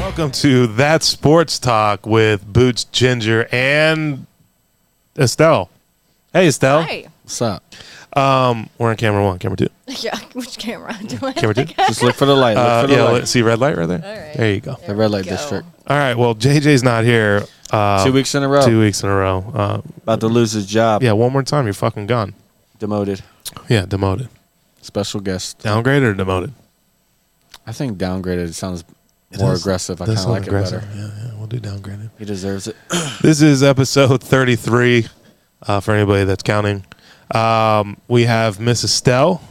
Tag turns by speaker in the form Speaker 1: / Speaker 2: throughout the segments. Speaker 1: welcome to That Sports Talk with Boots Ginger and Estelle. Hey, Estelle.
Speaker 2: Hi.
Speaker 3: What's up?
Speaker 1: Um, we're on camera one, camera two.
Speaker 2: Yeah. Which camera do I?
Speaker 1: Camera two?
Speaker 3: Just look for the light. Look
Speaker 1: Uh,
Speaker 3: for the
Speaker 1: yeah,
Speaker 3: light.
Speaker 1: let- see red light right there?
Speaker 2: All right.
Speaker 1: There you go.
Speaker 3: the red light
Speaker 2: Go.
Speaker 3: district.
Speaker 1: All right. Well, JJ's not here. Uh,
Speaker 3: Two weeks in a row.
Speaker 1: Two weeks in a row. Uh,
Speaker 3: About to lose his job.
Speaker 1: yeah, one more time, you're fucking gone.
Speaker 3: Demoted.
Speaker 1: Yeah, demoted.
Speaker 3: Special guest.
Speaker 1: Downgraded or demoted?
Speaker 3: I think downgraded sounds more
Speaker 1: does-
Speaker 3: aggressive. I
Speaker 1: does
Speaker 3: kind of
Speaker 1: sound
Speaker 3: like it
Speaker 1: aggressive.
Speaker 3: better.
Speaker 1: Yeah, yeah, we'll do downgraded.
Speaker 3: He deserves it.
Speaker 1: This is episode 33 uh, for anybody that's counting. Um, we have Miss Estelle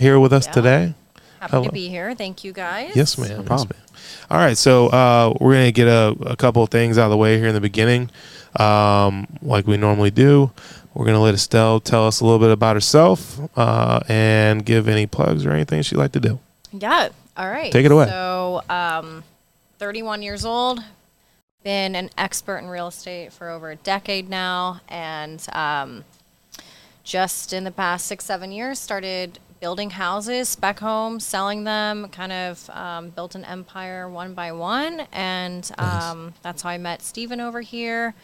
Speaker 1: here with us
Speaker 2: Yeah.
Speaker 1: today.
Speaker 2: Happy
Speaker 1: Hello.
Speaker 2: to be here. Thank you guys.
Speaker 1: Yes, ma'am. Yes,
Speaker 3: problem.
Speaker 1: ma'am. All right, so uh, we're gonna get a, a couple of things out of the way here in the beginning, um, like we normally do. We're gonna let Estelle tell us a little bit about herself uh, and give any plugs or anything she'd like to do.
Speaker 2: Yeah. All right.
Speaker 1: Take it away.
Speaker 2: So, um, 31 years old, been an expert in real estate for over a decade now, and um, just in the past six, seven years, started building houses, spec homes, selling them, kind of um, built an empire one by one, and um, that's how I met Steven over here.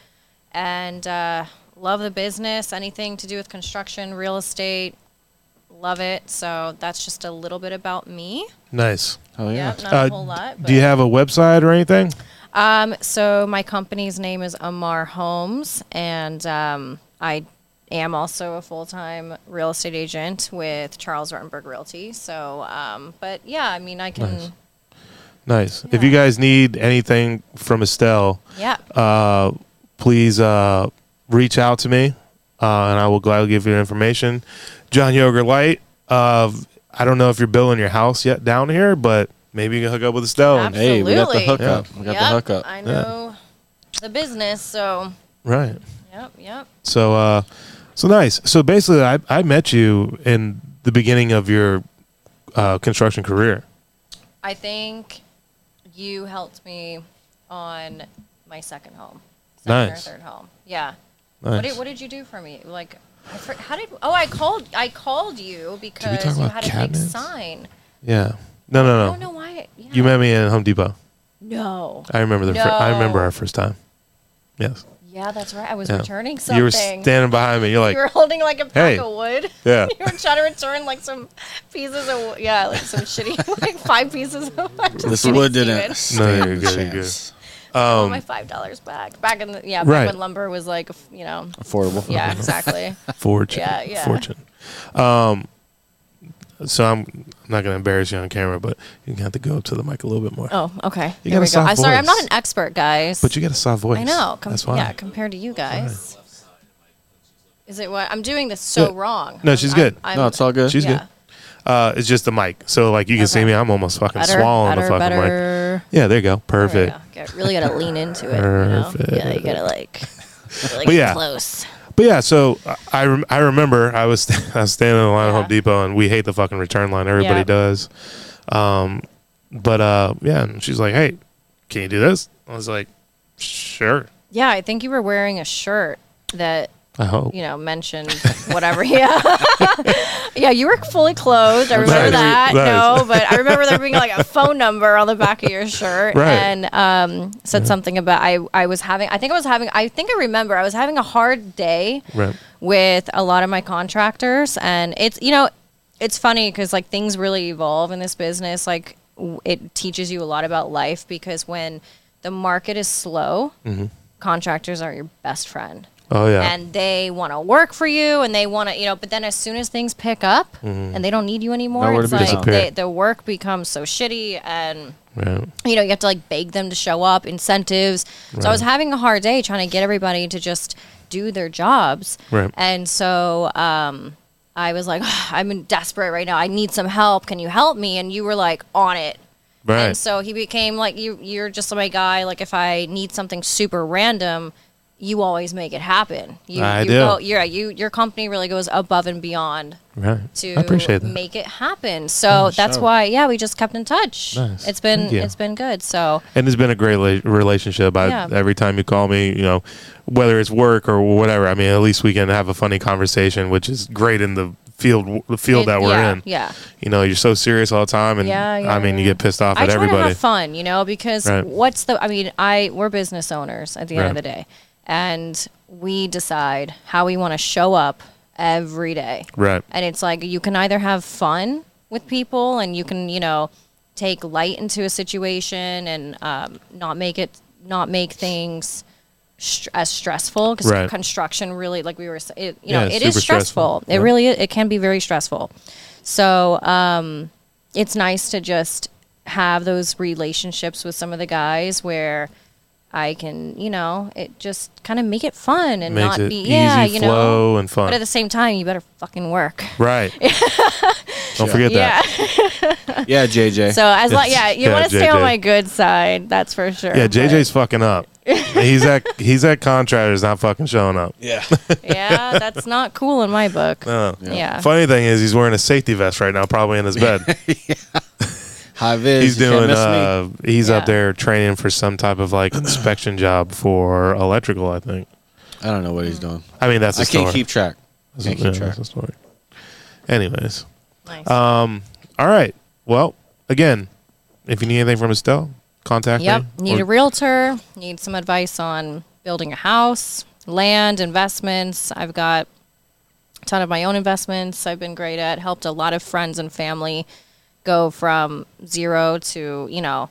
Speaker 2: And uh, love the business, anything to do with construction, real estate, love it. So that's just a little bit about me.
Speaker 1: Nice.
Speaker 3: Oh yeah.
Speaker 2: Yep, not
Speaker 1: Uh,
Speaker 2: a whole lot.
Speaker 1: Do you
Speaker 2: but-
Speaker 1: have a website or anything?
Speaker 2: um, so my company's name is Amar Homes, and um, I am also a full-time real estate agent with Charles Ruttenberg Realty. So, um, but yeah, I mean, I can.
Speaker 1: Nice. Nice. If you guys need anything from Estelle,
Speaker 2: Yeah.
Speaker 1: uh, please uh, reach out to me, uh, and I will gladly give you information. John Yogurt Light. Uh, I don't know if you're building your house yet down here, but maybe you can hook up with Estelle. and-
Speaker 2: Absolutely.
Speaker 3: Hey, we got the
Speaker 2: Absolutely.
Speaker 3: hookup. We got
Speaker 2: Yep,
Speaker 3: the hookup.
Speaker 2: I know the business, so
Speaker 1: Right.
Speaker 2: yep, yep.
Speaker 1: So, uh, so nice. So basically, I, I met you in the beginning of your uh, construction career.
Speaker 2: I think you helped me on my second home, second
Speaker 1: Nice.
Speaker 2: or third home. Yeah. What,
Speaker 1: Nice.
Speaker 2: did, what did you do for me? Like, I for, how did? Oh, I called. I called you because
Speaker 1: talk
Speaker 2: you
Speaker 1: about
Speaker 2: had a big
Speaker 1: cabinets?
Speaker 2: sign.
Speaker 1: yeah. No, no,
Speaker 2: I don't
Speaker 1: no.
Speaker 2: know why. Yeah.
Speaker 1: You met me in Home Depot.
Speaker 2: No.
Speaker 1: I remember the. Fir- I remember
Speaker 2: No.
Speaker 1: our first time. Yes.
Speaker 2: Yeah, that's right. I was
Speaker 1: Yeah.
Speaker 2: returning something.
Speaker 1: You were standing behind me. You're like,
Speaker 2: You were holding like a pack
Speaker 1: Hey.
Speaker 2: of wood.
Speaker 1: yeah.
Speaker 2: You were trying to return like some pieces of wo- yeah, like some shitty like five pieces of wood.
Speaker 3: This
Speaker 2: Shitty
Speaker 3: wood
Speaker 2: Steven.
Speaker 3: didn't. stand
Speaker 1: you're
Speaker 3: a
Speaker 1: good, you're
Speaker 3: chance.
Speaker 1: Um,
Speaker 2: I want my five dollars back. Back in the yeah, back
Speaker 1: Right.
Speaker 2: when lumber was like you know
Speaker 3: Affordable.
Speaker 2: yeah exactly.
Speaker 1: fortune.
Speaker 2: Yeah, yeah.
Speaker 1: Fortune. Um, so I'm I'm not gonna embarrass you on camera, but you have to go up to the mic a little bit more.
Speaker 2: Oh okay.
Speaker 1: You
Speaker 2: there
Speaker 1: got a
Speaker 2: we go.
Speaker 1: soft
Speaker 2: I'm sorry, I'm not
Speaker 1: voice.
Speaker 2: an expert, guys.
Speaker 1: But you got a soft voice.
Speaker 2: I know. Com-
Speaker 1: That's why.
Speaker 2: Yeah, compared to you guys. Is it what I'm doing this so
Speaker 1: Yeah.
Speaker 2: wrong?
Speaker 1: No,
Speaker 2: I'm-
Speaker 1: she's
Speaker 2: I'm-
Speaker 1: good.
Speaker 2: I'm-
Speaker 3: No, it's all good.
Speaker 1: She's
Speaker 2: yeah.
Speaker 1: good. Uh, it's just the mic. So like you can see
Speaker 2: Okay.
Speaker 1: me, I'm almost fucking
Speaker 2: Better,
Speaker 1: swallowing
Speaker 2: better,
Speaker 1: the fucking mic.
Speaker 2: better.
Speaker 1: Yeah, there you go.
Speaker 2: There we
Speaker 1: Perfect.
Speaker 2: go. Get- really gotta lean into it. you know? Yeah, you
Speaker 1: Perfect.
Speaker 2: gotta like. Really
Speaker 1: But
Speaker 2: get
Speaker 1: yeah.
Speaker 2: close.
Speaker 1: But yeah, so I- I rem- I remember I was I was standing in the line at
Speaker 2: Yeah.
Speaker 1: Home Depot, and we hate the fucking return line. Everybody
Speaker 2: Yeah.
Speaker 1: does. Um, but uh, yeah, and she's like, "Hey, can you do this?" I was like, "Sure."
Speaker 2: Yeah, I think you were wearing a shirt that
Speaker 1: I hope.
Speaker 2: you know mentioned whatever. Yeah, yeah, you were fully clothed. I remember
Speaker 1: Nice.
Speaker 2: that.
Speaker 1: Nice.
Speaker 2: No, but I remember there being like a phone number on the back of your shirt,
Speaker 1: Right.
Speaker 2: and um, said something about I I was having. I think I was having. I think I remember I was having a hard day
Speaker 1: Right.
Speaker 2: with a lot of my contractors and it's you know it's funny because like things really evolve in this business like w- it teaches you a lot about life because when the market is slow contractors are your best friend
Speaker 1: Oh yeah.
Speaker 2: and they want to work for you and they want to you know but then as soon as things pick up
Speaker 1: Mm-hmm.
Speaker 2: and they don't need you anymore
Speaker 3: Nowhere to
Speaker 2: it's
Speaker 3: be
Speaker 2: like
Speaker 3: found.
Speaker 2: they, the work becomes so shitty and
Speaker 1: right.
Speaker 2: you know, you have to like beg them to show up, incentives. So I was having a hard day trying to get everybody to just do their jobs.
Speaker 1: Right.
Speaker 2: And so um, I was like, I'm in desperate right now. I need some help. Can you help me? And you were like on it.
Speaker 1: Right.
Speaker 2: And so he became like you. You're just my guy. Like if I need something super random, you always make it happen. You,
Speaker 1: I
Speaker 2: you
Speaker 1: do.
Speaker 2: Go, yeah, you. Your company really goes above and beyond
Speaker 1: right.
Speaker 2: to
Speaker 1: I appreciate that. Oh,
Speaker 2: make it happen. So that's
Speaker 3: sure.
Speaker 2: why, yeah, we just kept in touch.
Speaker 1: Nice.
Speaker 2: It's been
Speaker 1: Thank you.
Speaker 2: it's been good. So
Speaker 1: and it's been a great la- relationship. I,
Speaker 2: Yeah.
Speaker 1: Every time you call me, you know, whether it's work or whatever, I mean, at least we can have a funny conversation, which is great in the field the field
Speaker 2: It-
Speaker 1: that we're
Speaker 2: yeah,
Speaker 1: in.
Speaker 2: Yeah.
Speaker 1: You know, you're so serious all the time, and
Speaker 2: Yeah, yeah,
Speaker 1: I mean, you
Speaker 2: yeah.
Speaker 1: get pissed off at
Speaker 2: I try to
Speaker 1: everybody.
Speaker 2: have fun, you know, because
Speaker 1: Right.
Speaker 2: what's the? I mean, I we're business owners at the end
Speaker 1: Right.
Speaker 2: of the day, and we decide how we want to show up every day.
Speaker 1: Right.
Speaker 2: And it's like you can either have fun with people, and you can you know take light into a situation and um, not make it not make things str- as stressful because
Speaker 1: Right.
Speaker 2: construction really like we were s- it, you
Speaker 1: Yeah,
Speaker 2: know
Speaker 1: it's
Speaker 2: it is
Speaker 1: super stressful.
Speaker 2: stressful. It
Speaker 1: Yeah.
Speaker 2: really it can be very stressful. So um, it's nice to just have those relationships with some of the guys where I can, you know, it just kind of make it fun and
Speaker 1: Makes
Speaker 2: not
Speaker 1: it
Speaker 2: be,
Speaker 1: easy,
Speaker 2: yeah, you know.
Speaker 1: flow, and fun.
Speaker 2: But at the same time, you better fucking work.
Speaker 1: right. Don't
Speaker 3: Yeah.
Speaker 1: forget that.
Speaker 3: Yeah, JJ.
Speaker 2: So as like, yeah, you
Speaker 1: Yeah,
Speaker 2: want to stay on
Speaker 1: JJ.
Speaker 2: my good side. That's for sure.
Speaker 1: Yeah,
Speaker 2: but-
Speaker 1: JJ's fucking up. he's at he's at contractors not fucking showing up.
Speaker 3: yeah.
Speaker 2: yeah, that's not cool in my book.
Speaker 1: Uh,
Speaker 2: yeah.
Speaker 1: Funny thing is, he's wearing a safety vest right now, probably in his bed.
Speaker 3: Hi Viz.
Speaker 1: he's
Speaker 3: you
Speaker 1: doing.
Speaker 3: Can't miss
Speaker 1: Uh, he's
Speaker 2: Yeah.
Speaker 1: up there training for some type of like inspection job for electrical. I think.
Speaker 3: me. I don't know what he's doing.
Speaker 1: I mean, that's a
Speaker 3: I
Speaker 1: story.
Speaker 3: can't keep track. I
Speaker 1: That's a-
Speaker 3: can't
Speaker 1: yeah,
Speaker 3: keep track.
Speaker 1: that's a story. Anyways,
Speaker 2: Nice.
Speaker 1: um, all right. Well, again, if you need anything from Estelle, contact
Speaker 2: Yep.
Speaker 1: me.
Speaker 2: Need
Speaker 1: or-
Speaker 2: a realtor. Need some advice on building a house, land, investments. I've got a ton of my own investments I've been great at. Helped a lot of friends and family go from zero to, you know,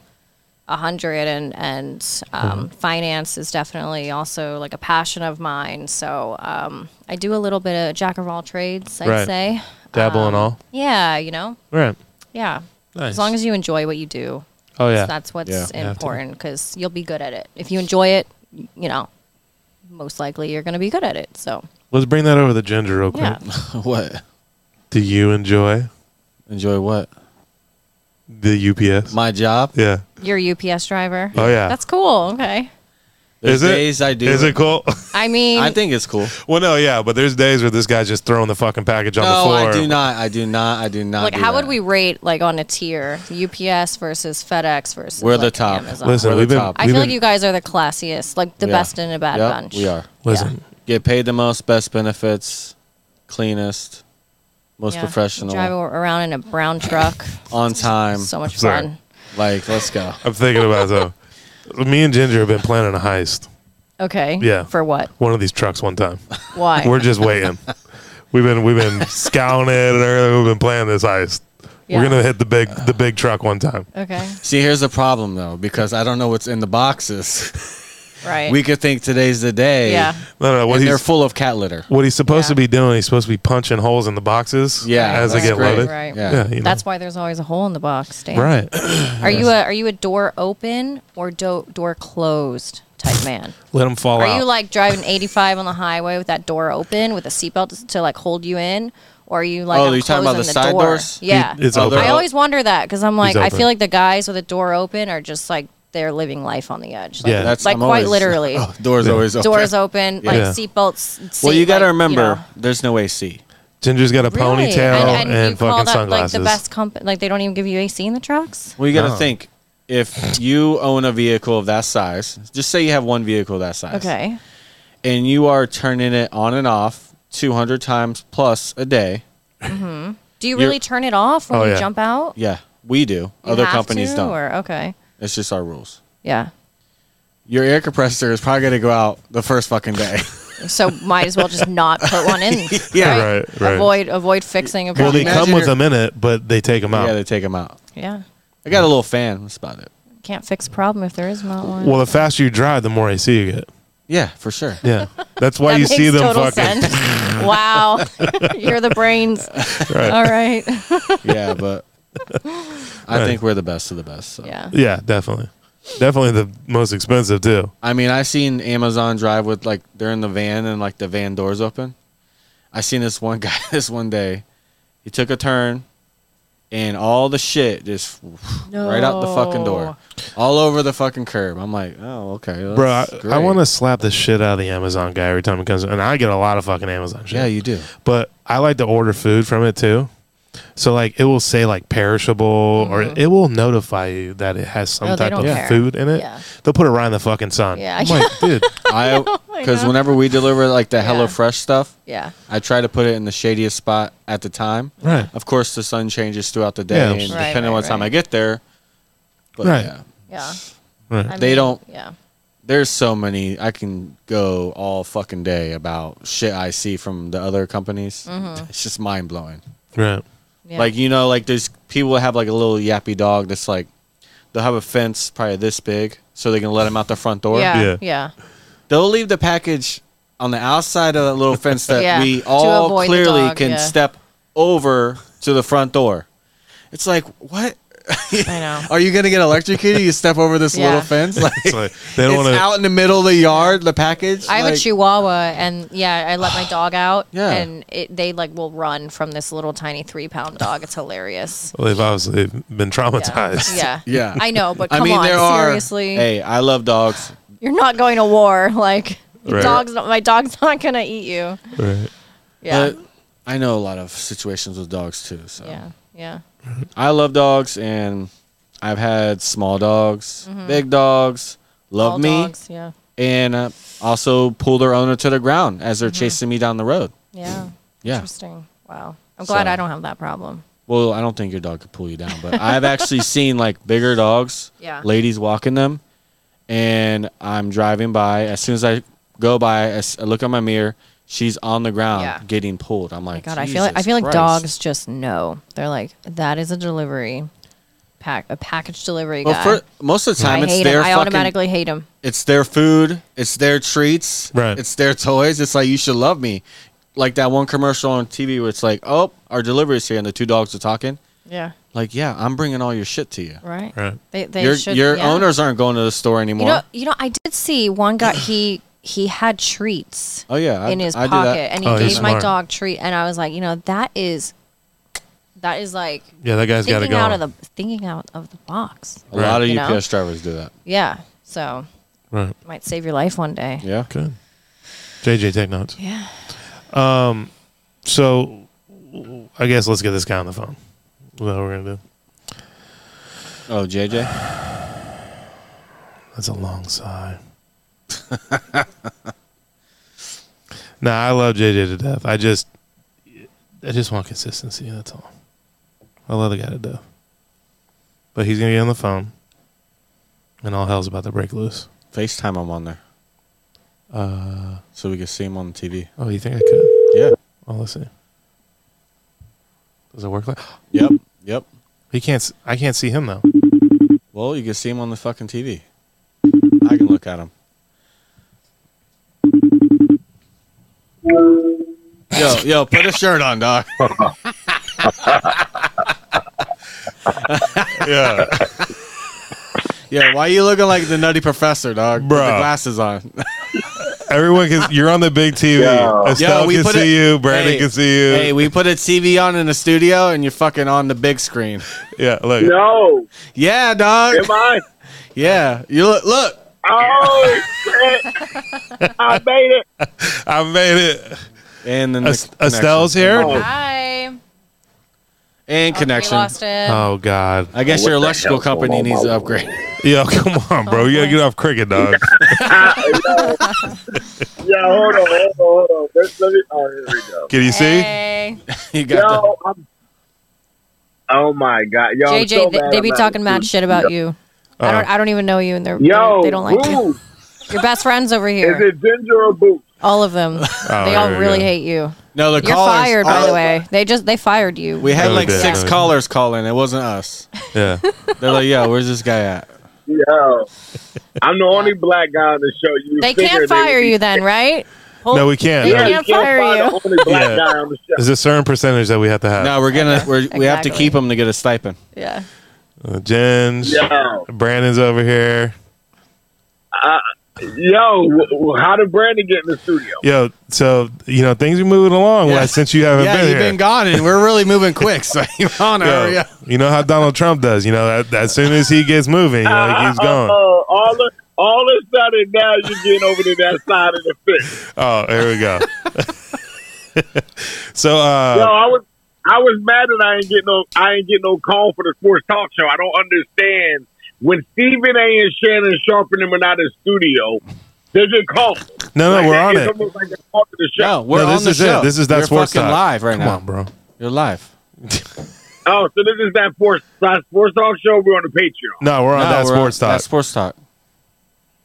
Speaker 2: a hundred and, and
Speaker 1: Mm-hmm.
Speaker 2: um, finance is definitely also like a passion of mine. So um, I do a little bit of jack of all trades, I'd
Speaker 1: Right.
Speaker 2: say.
Speaker 1: dabble and all.
Speaker 2: Yeah, you know?
Speaker 1: All right.
Speaker 2: Yeah.
Speaker 1: Nice.
Speaker 2: um, As long as you enjoy what you do,
Speaker 1: oh yeah,
Speaker 2: that's what's
Speaker 3: Yeah.
Speaker 1: You have to.
Speaker 2: important because you'll be good at it. If you enjoy it, y- you know, most likely you're going to be good at it. So,
Speaker 1: let's bring that over the ginger real quick.
Speaker 2: yeah.
Speaker 3: what?
Speaker 1: Do you enjoy
Speaker 3: Enjoy what?
Speaker 1: the UPS?
Speaker 3: My job.
Speaker 1: yeah.
Speaker 2: You're a UPS driver.
Speaker 1: Oh, yeah.
Speaker 2: That's cool. Okay.
Speaker 3: There's
Speaker 1: Is it?
Speaker 3: days I do.
Speaker 1: Is it cool?
Speaker 2: I mean,
Speaker 3: I think it's cool.
Speaker 1: well, no, yeah, but there's days where this guy's just throwing the fucking package on
Speaker 3: no,
Speaker 1: the floor.
Speaker 3: I do not. I do not. I do not.
Speaker 2: like,
Speaker 3: do
Speaker 2: how would
Speaker 3: that.
Speaker 2: we rate, like, on a tier UPS versus FedEx versus
Speaker 3: We're the
Speaker 2: like,
Speaker 3: top.
Speaker 2: Amazon?
Speaker 1: Listen,
Speaker 3: We're the
Speaker 1: we've been.
Speaker 3: top.
Speaker 2: I
Speaker 1: we've
Speaker 2: feel
Speaker 1: been-
Speaker 2: like you guys are the classiest, like, the
Speaker 3: Yeah.
Speaker 2: best in a bad
Speaker 3: Yep,
Speaker 2: bunch.
Speaker 3: We are.
Speaker 1: Listen,
Speaker 3: Get paid the most, best benefits, cleanest, most
Speaker 2: Yeah. Drive
Speaker 3: professional,
Speaker 2: around in a brown truck.
Speaker 3: on time.
Speaker 2: so much
Speaker 1: Sorry.
Speaker 2: fun.
Speaker 3: Like, let's go.
Speaker 1: I'm thinking about it. though. Me and Ginger have been planning a heist.
Speaker 2: Okay.
Speaker 1: Yeah.
Speaker 2: For what?
Speaker 1: One of these trucks one time.
Speaker 2: Why?
Speaker 1: We're just waiting. We've been we've been scouting it and everything. We've been playing this heist.
Speaker 2: Yeah.
Speaker 1: We're gonna hit the big the big truck one time.
Speaker 2: okay.
Speaker 3: See, here's the problem though, because I don't know what's in the boxes.
Speaker 2: Right.
Speaker 3: We could think today's the day.
Speaker 2: yeah.
Speaker 1: No, no, what
Speaker 3: and they're
Speaker 1: he's
Speaker 3: full of cat litter.
Speaker 1: what he's supposed
Speaker 2: Yeah.
Speaker 1: to be doing? He's supposed to be punching holes in the boxes.
Speaker 3: Yeah,
Speaker 1: as they
Speaker 2: Right,
Speaker 1: get
Speaker 2: right,
Speaker 1: loaded.
Speaker 2: right.
Speaker 3: Yeah.
Speaker 1: Yeah, you know.
Speaker 2: That's why there's always a hole in the box, Dan.
Speaker 1: right.
Speaker 2: Are you a are you a door open or do- door closed type man?
Speaker 1: Let them fall
Speaker 2: Are
Speaker 1: out.
Speaker 2: you like driving 85 on the highway with that door open with a seatbelt to, to like hold you in, or are you like?
Speaker 3: Oh,
Speaker 2: I'm
Speaker 3: you're talking about the
Speaker 2: closing
Speaker 3: side
Speaker 2: door?
Speaker 3: doors?
Speaker 2: Yeah,
Speaker 1: It- it's
Speaker 3: Oh,
Speaker 1: open.
Speaker 3: they're
Speaker 2: I always wonder that because I'm like,
Speaker 1: He's
Speaker 2: I
Speaker 1: open.
Speaker 2: feel like the guys with a door open are just like they're living life on the edge. Like,
Speaker 1: Yeah.
Speaker 3: That's
Speaker 2: like
Speaker 3: I'm
Speaker 2: quite
Speaker 3: always-
Speaker 2: literally.
Speaker 3: Oh, doors always open.
Speaker 2: Doors open, like
Speaker 1: Yeah.
Speaker 2: seatbelts.
Speaker 3: Well, you
Speaker 2: seat,
Speaker 3: got to
Speaker 2: like,
Speaker 3: remember,
Speaker 2: know.
Speaker 3: there's no AC.
Speaker 1: Ginger's got a
Speaker 2: Really?
Speaker 1: ponytail and,
Speaker 2: you call
Speaker 1: fucking
Speaker 2: that
Speaker 1: sunglasses.
Speaker 2: like the best company. Like they don't even give you AC in the trucks.
Speaker 3: Well, you got to
Speaker 1: No.
Speaker 3: think if you own a vehicle of that size, just say you have one vehicle that size.
Speaker 2: Okay.
Speaker 3: and you are turning it on and off 200 times plus a day,
Speaker 2: Do you
Speaker 3: You're-
Speaker 2: really turn it off when
Speaker 1: Oh,
Speaker 2: you
Speaker 1: yeah.
Speaker 2: jump out?
Speaker 3: yeah, we do.
Speaker 2: You
Speaker 3: Other
Speaker 2: have
Speaker 3: companies
Speaker 2: to,
Speaker 3: don't.
Speaker 2: Or, okay.
Speaker 3: It's just our rules.
Speaker 2: Yeah.
Speaker 3: Your air compressor is probably going to go out the first fucking day.
Speaker 2: So might as well just not put one in.
Speaker 3: yeah.
Speaker 1: Right, right.
Speaker 2: Avoid avoid fixing a
Speaker 1: Well,
Speaker 2: problem.
Speaker 1: they
Speaker 3: Imagine
Speaker 1: come with
Speaker 3: you're-
Speaker 1: them in it, but they take them
Speaker 3: You
Speaker 1: out.
Speaker 3: got to take them out.
Speaker 2: yeah.
Speaker 3: I got a little fan. That's about it.
Speaker 2: Can't fix a problem if there is not one.
Speaker 1: well, the faster you drive, the more AC you get.
Speaker 3: Yeah, for sure.
Speaker 1: Yeah, that's why
Speaker 2: that
Speaker 1: you
Speaker 2: makes
Speaker 1: see them
Speaker 2: total
Speaker 1: fucking.
Speaker 2: sense. wow. You're the brains.
Speaker 1: Right.
Speaker 2: All right.
Speaker 3: yeah, but I
Speaker 1: Right.
Speaker 3: think we're the best of the best. So.
Speaker 2: Yeah.
Speaker 1: Yeah, definitely, definitely the most expensive too.
Speaker 3: I mean, I've seen Amazon drive with like they're in the van and like the van doors open. I seen this one guy this one day. He took a turn, and all the shit just right out the fucking door,
Speaker 2: Oh.
Speaker 3: all over the fucking curb. I'm like, oh okay,
Speaker 1: Bro, I, I want to slap the shit out of the Amazon guy every time it comes, and I get a lot of fucking Amazon shit.
Speaker 3: Yeah, you do.
Speaker 1: but I like to order food from it too. So like it will say like perishable, or it, will notify you that it has some
Speaker 2: Mm-hmm. Oh, they
Speaker 1: type
Speaker 2: don't
Speaker 1: of
Speaker 2: care.
Speaker 1: food in it.
Speaker 2: Yeah.
Speaker 1: They'll put it right in the fucking sun.
Speaker 2: Yeah.
Speaker 1: I'm like, dude,
Speaker 3: I
Speaker 2: I
Speaker 3: Because
Speaker 2: know.
Speaker 3: whenever we deliver like the
Speaker 2: Yeah.
Speaker 3: Hello Fresh stuff,
Speaker 2: yeah,
Speaker 3: I try to put it in the shadiest spot at the time.
Speaker 1: Right.
Speaker 3: Of course, the sun changes throughout the day,
Speaker 1: Yeah.
Speaker 3: and
Speaker 1: Right,
Speaker 3: depending on
Speaker 2: right,
Speaker 3: what time
Speaker 2: right.
Speaker 3: I get there. But
Speaker 1: Right.
Speaker 3: yeah,
Speaker 2: yeah.
Speaker 1: Right.
Speaker 2: I
Speaker 3: They don't-
Speaker 2: Yeah,
Speaker 3: there's so many. I can go all fucking day about shit I see from the other companies.
Speaker 2: Mm-hmm.
Speaker 3: It's just mind blowing.
Speaker 1: Right.
Speaker 2: yeah.
Speaker 3: Like you know, like there's people that have like a little yappy dog that's like they'll have a fence probably this big so they can let him out the front door.
Speaker 2: yeah,
Speaker 1: Yeah.
Speaker 2: yeah,
Speaker 3: They'll leave the package on the outside of that little fence that
Speaker 2: Yeah,
Speaker 3: we
Speaker 2: to
Speaker 3: all
Speaker 2: avoid the
Speaker 3: clearly
Speaker 2: dog,
Speaker 3: can
Speaker 2: yeah.
Speaker 3: step over to the front door. It's like what?
Speaker 2: I know.
Speaker 3: Are you gonna get electrocuted? You step over this
Speaker 2: Yeah.
Speaker 3: little fence? Like,
Speaker 1: It's like they don't
Speaker 3: it's
Speaker 1: want to.
Speaker 3: out in the middle of the yard. The package.
Speaker 2: I have a
Speaker 3: like-
Speaker 2: Chihuahua, and yeah, I let my dog out,
Speaker 3: Yeah.
Speaker 2: and it, they like will run from this little tiny three pound dog. It's hilarious.
Speaker 1: Well, they've obviously been
Speaker 2: Yeah,
Speaker 1: traumatized.
Speaker 2: yeah.
Speaker 3: Yeah.
Speaker 2: I know, but
Speaker 3: I
Speaker 2: come
Speaker 3: mean,
Speaker 2: on,
Speaker 3: there are.
Speaker 2: seriously,
Speaker 3: Hey, I love dogs.
Speaker 2: you're not going to war. Like, your
Speaker 1: Right.
Speaker 2: dog's not, my dog's not gonna eat you.
Speaker 1: Right.
Speaker 2: Yeah,
Speaker 3: But I know a lot of situations with dogs too. So
Speaker 2: yeah, yeah.
Speaker 3: I love dogs, and I've had small dogs, big dogs, love
Speaker 2: All
Speaker 3: me,
Speaker 2: Mm-hmm. dogs, yeah,
Speaker 3: and uh, also pull their owner to the ground as they're chasing me down the road.
Speaker 2: yeah.
Speaker 3: Yeah.
Speaker 2: Mm-hmm. Interesting. Wow. I'm glad
Speaker 3: So-
Speaker 2: I don't have that problem.
Speaker 3: Well, I don't think your dog could pull you down, but I've actually seen like bigger dogs,
Speaker 2: Yeah.
Speaker 3: ladies walking them, and I'm driving by. As soon as I go by, I s- I look at my mirror. She's on the ground
Speaker 2: Yeah. Oh
Speaker 3: getting pulled. I'm
Speaker 2: My
Speaker 3: like,
Speaker 2: God, I feel like I
Speaker 3: "Jesus
Speaker 2: feel like
Speaker 3: Christ."
Speaker 2: dogs just know. They're like, that is a delivery pack, a package delivery
Speaker 3: Well,
Speaker 2: guy.
Speaker 3: for, most of the time,
Speaker 2: I
Speaker 3: it's
Speaker 2: hate
Speaker 3: their
Speaker 2: him. I
Speaker 3: fucking-
Speaker 2: automatically hate him.
Speaker 3: it's their food, it's their treats,
Speaker 1: Right.
Speaker 3: It's their toys. It's like you should love me, like that one commercial on TV where it's like, oh, our delivery's here, and the two dogs are talking.
Speaker 2: Yeah.
Speaker 3: Like, yeah, I'm bringing all your shit to you.
Speaker 2: Right.
Speaker 1: Right.
Speaker 2: They they
Speaker 3: your
Speaker 2: should.
Speaker 3: your
Speaker 2: yeah.
Speaker 3: owners aren't going to the store anymore.
Speaker 2: You know. You know. I did see one guy. He he had treats
Speaker 3: oh yeah, I-
Speaker 2: in his
Speaker 3: I do that.
Speaker 2: pocket, and he
Speaker 1: Oh, he's
Speaker 2: gave my
Speaker 1: smart.
Speaker 2: dog treat, and I was like, you know, that is that is like
Speaker 1: Yeah, that guy's got to
Speaker 2: thinking
Speaker 1: go.
Speaker 2: out of the thinking out of the box.
Speaker 3: A lot of
Speaker 2: You know?
Speaker 3: UPS drivers do that.
Speaker 2: Yeah. So
Speaker 1: right.
Speaker 2: might save your life one day.
Speaker 3: Yeah.
Speaker 1: Good. JJ, take notes.
Speaker 2: Yeah.
Speaker 1: So, I guess let's get this guy on the phone. Is that what we're gonna do?
Speaker 3: Oh, JJ.
Speaker 1: That's a long sigh. nah, I love JJ to death. I just, I just want consistency. That's all. I love the guy to death. But he's gonna get on the phone, and all hell's about to break loose.
Speaker 3: FaceTime him on there
Speaker 1: Uh,
Speaker 3: so we can see him on the TV.
Speaker 1: oh, you think I could?
Speaker 3: Yeah.
Speaker 1: Well, let's see. Does it work? Like
Speaker 3: Yep. Yep.
Speaker 1: he can't. s- I can't see him though.
Speaker 3: Well, you can see him on the fucking TV. I can look at him. Yo, yo, put a shirt on, dog.
Speaker 1: Yeah.
Speaker 3: Yeah, why you looking like the nutty professor, dog? Put
Speaker 1: Bruh.
Speaker 3: the glasses on.
Speaker 1: Everyone can. You're on the big TV.
Speaker 4: Yo.
Speaker 1: Estelle
Speaker 3: Yo, we
Speaker 1: can
Speaker 3: put
Speaker 1: see
Speaker 3: it-
Speaker 1: you. Brandon
Speaker 3: Hey,
Speaker 1: can see you.
Speaker 3: Hey, we put a TV on in the studio and you're fucking on the big screen.
Speaker 1: yeah, look.
Speaker 4: No,
Speaker 3: Yeah, dog.
Speaker 4: am I?
Speaker 3: Yeah. You look look.
Speaker 4: Oh shit! I made it.
Speaker 1: I made it.
Speaker 3: And then the
Speaker 1: Est- Estelle's here.
Speaker 4: Oh.
Speaker 2: Hi.
Speaker 3: And
Speaker 2: Oh,
Speaker 3: connection.
Speaker 2: we lost it.
Speaker 1: Oh God.
Speaker 3: I guess
Speaker 4: What
Speaker 3: your
Speaker 4: the
Speaker 3: electrical
Speaker 4: hell's going
Speaker 3: company
Speaker 4: on,
Speaker 3: needs to
Speaker 4: Mike?
Speaker 3: upgrade.
Speaker 1: Yo, come on, bro. You gotta
Speaker 2: boy.
Speaker 1: get off cricket, dog.
Speaker 4: uh, Yeah, hold on, hold on, hold on. Let, let me. Oh, here we go.
Speaker 1: Can you see?
Speaker 2: Hey.
Speaker 3: you got the-
Speaker 4: Yo, I'm, oh my god, yo, I'm
Speaker 2: JJ,
Speaker 4: so
Speaker 2: they,
Speaker 4: mad
Speaker 2: they
Speaker 4: I'm
Speaker 2: be
Speaker 4: not-
Speaker 2: talking mad shit about you. I don't.
Speaker 1: Uh,
Speaker 2: I don't even know you, and they're, they're
Speaker 4: Yo,
Speaker 2: they don't like you.
Speaker 4: who?
Speaker 2: Your best friends over
Speaker 4: Is
Speaker 2: here,
Speaker 4: it ginger or boot?
Speaker 2: all of them. they
Speaker 1: here
Speaker 2: all
Speaker 1: we
Speaker 2: really
Speaker 1: oh, go.
Speaker 2: hate you.
Speaker 3: No, the
Speaker 2: You're
Speaker 3: callers-
Speaker 2: fired, by
Speaker 3: all-
Speaker 2: the way. They just they fired you.
Speaker 3: We had
Speaker 1: No, we
Speaker 3: like
Speaker 1: did.
Speaker 3: six
Speaker 1: Yeah.
Speaker 3: callers calling. It wasn't us.
Speaker 1: yeah.
Speaker 3: They're like, "Yo, where's this guy at?"
Speaker 4: Yo, I'm the only black guy on the show. You
Speaker 2: they
Speaker 4: figure
Speaker 2: can't
Speaker 4: would
Speaker 2: fire
Speaker 4: be-
Speaker 2: you then, right? Well,
Speaker 1: No, we can't.
Speaker 4: Yeah,
Speaker 2: They
Speaker 4: you
Speaker 1: No.
Speaker 2: can't fire
Speaker 4: find
Speaker 2: you.
Speaker 4: The only black
Speaker 1: Yeah.
Speaker 4: guy on the show.
Speaker 1: There's a certain percentage that we have to have.
Speaker 3: No, we're gonna we're, we have to
Speaker 2: Exactly.
Speaker 3: keep him to get a stipend.
Speaker 2: Yeah.
Speaker 1: Uh, Jens,
Speaker 4: Yo,
Speaker 1: Brandon's over here.
Speaker 4: yo, w- w- how did Brandon get in the studio?
Speaker 1: Yo, so you know things are moving along
Speaker 3: Yeah.
Speaker 1: Wes, since you haven't
Speaker 3: yeah,
Speaker 1: been
Speaker 3: you've
Speaker 1: here.
Speaker 3: been gone, and we're really moving quick. So you're on
Speaker 1: Yo,
Speaker 3: hurry up.
Speaker 1: You know how Donald Trump does. You know, as, as soon as he gets moving, you know, he's
Speaker 4: Uh,
Speaker 1: gone.
Speaker 4: uh, all of all of a sudden now you're getting over to that side of the fence.
Speaker 1: Oh, here we go. so, uh,
Speaker 4: Yo, I was I was mad that I ain't get no I ain't get no call for the sports talk show. I don't understand when Stephen A. and Shannon Sharp and them are not in the studio. There's a call.
Speaker 1: No, no,
Speaker 4: Like,
Speaker 1: we're on
Speaker 4: it's
Speaker 1: it.
Speaker 4: almost like they're part of the show.
Speaker 3: No, we're
Speaker 1: No, this
Speaker 3: on the
Speaker 1: is it.
Speaker 3: show.
Speaker 1: This is that
Speaker 3: You're
Speaker 1: sports
Speaker 3: fucking
Speaker 1: talk.
Speaker 3: live right
Speaker 1: Come
Speaker 3: now.
Speaker 1: on, bro.
Speaker 3: You're live.
Speaker 4: Oh, so this is that sports that sports talk show. We're on the Patreon.
Speaker 1: No, we're on
Speaker 3: No,
Speaker 1: that
Speaker 3: we're
Speaker 1: sports
Speaker 3: on-
Speaker 1: talk.
Speaker 3: That sports talk.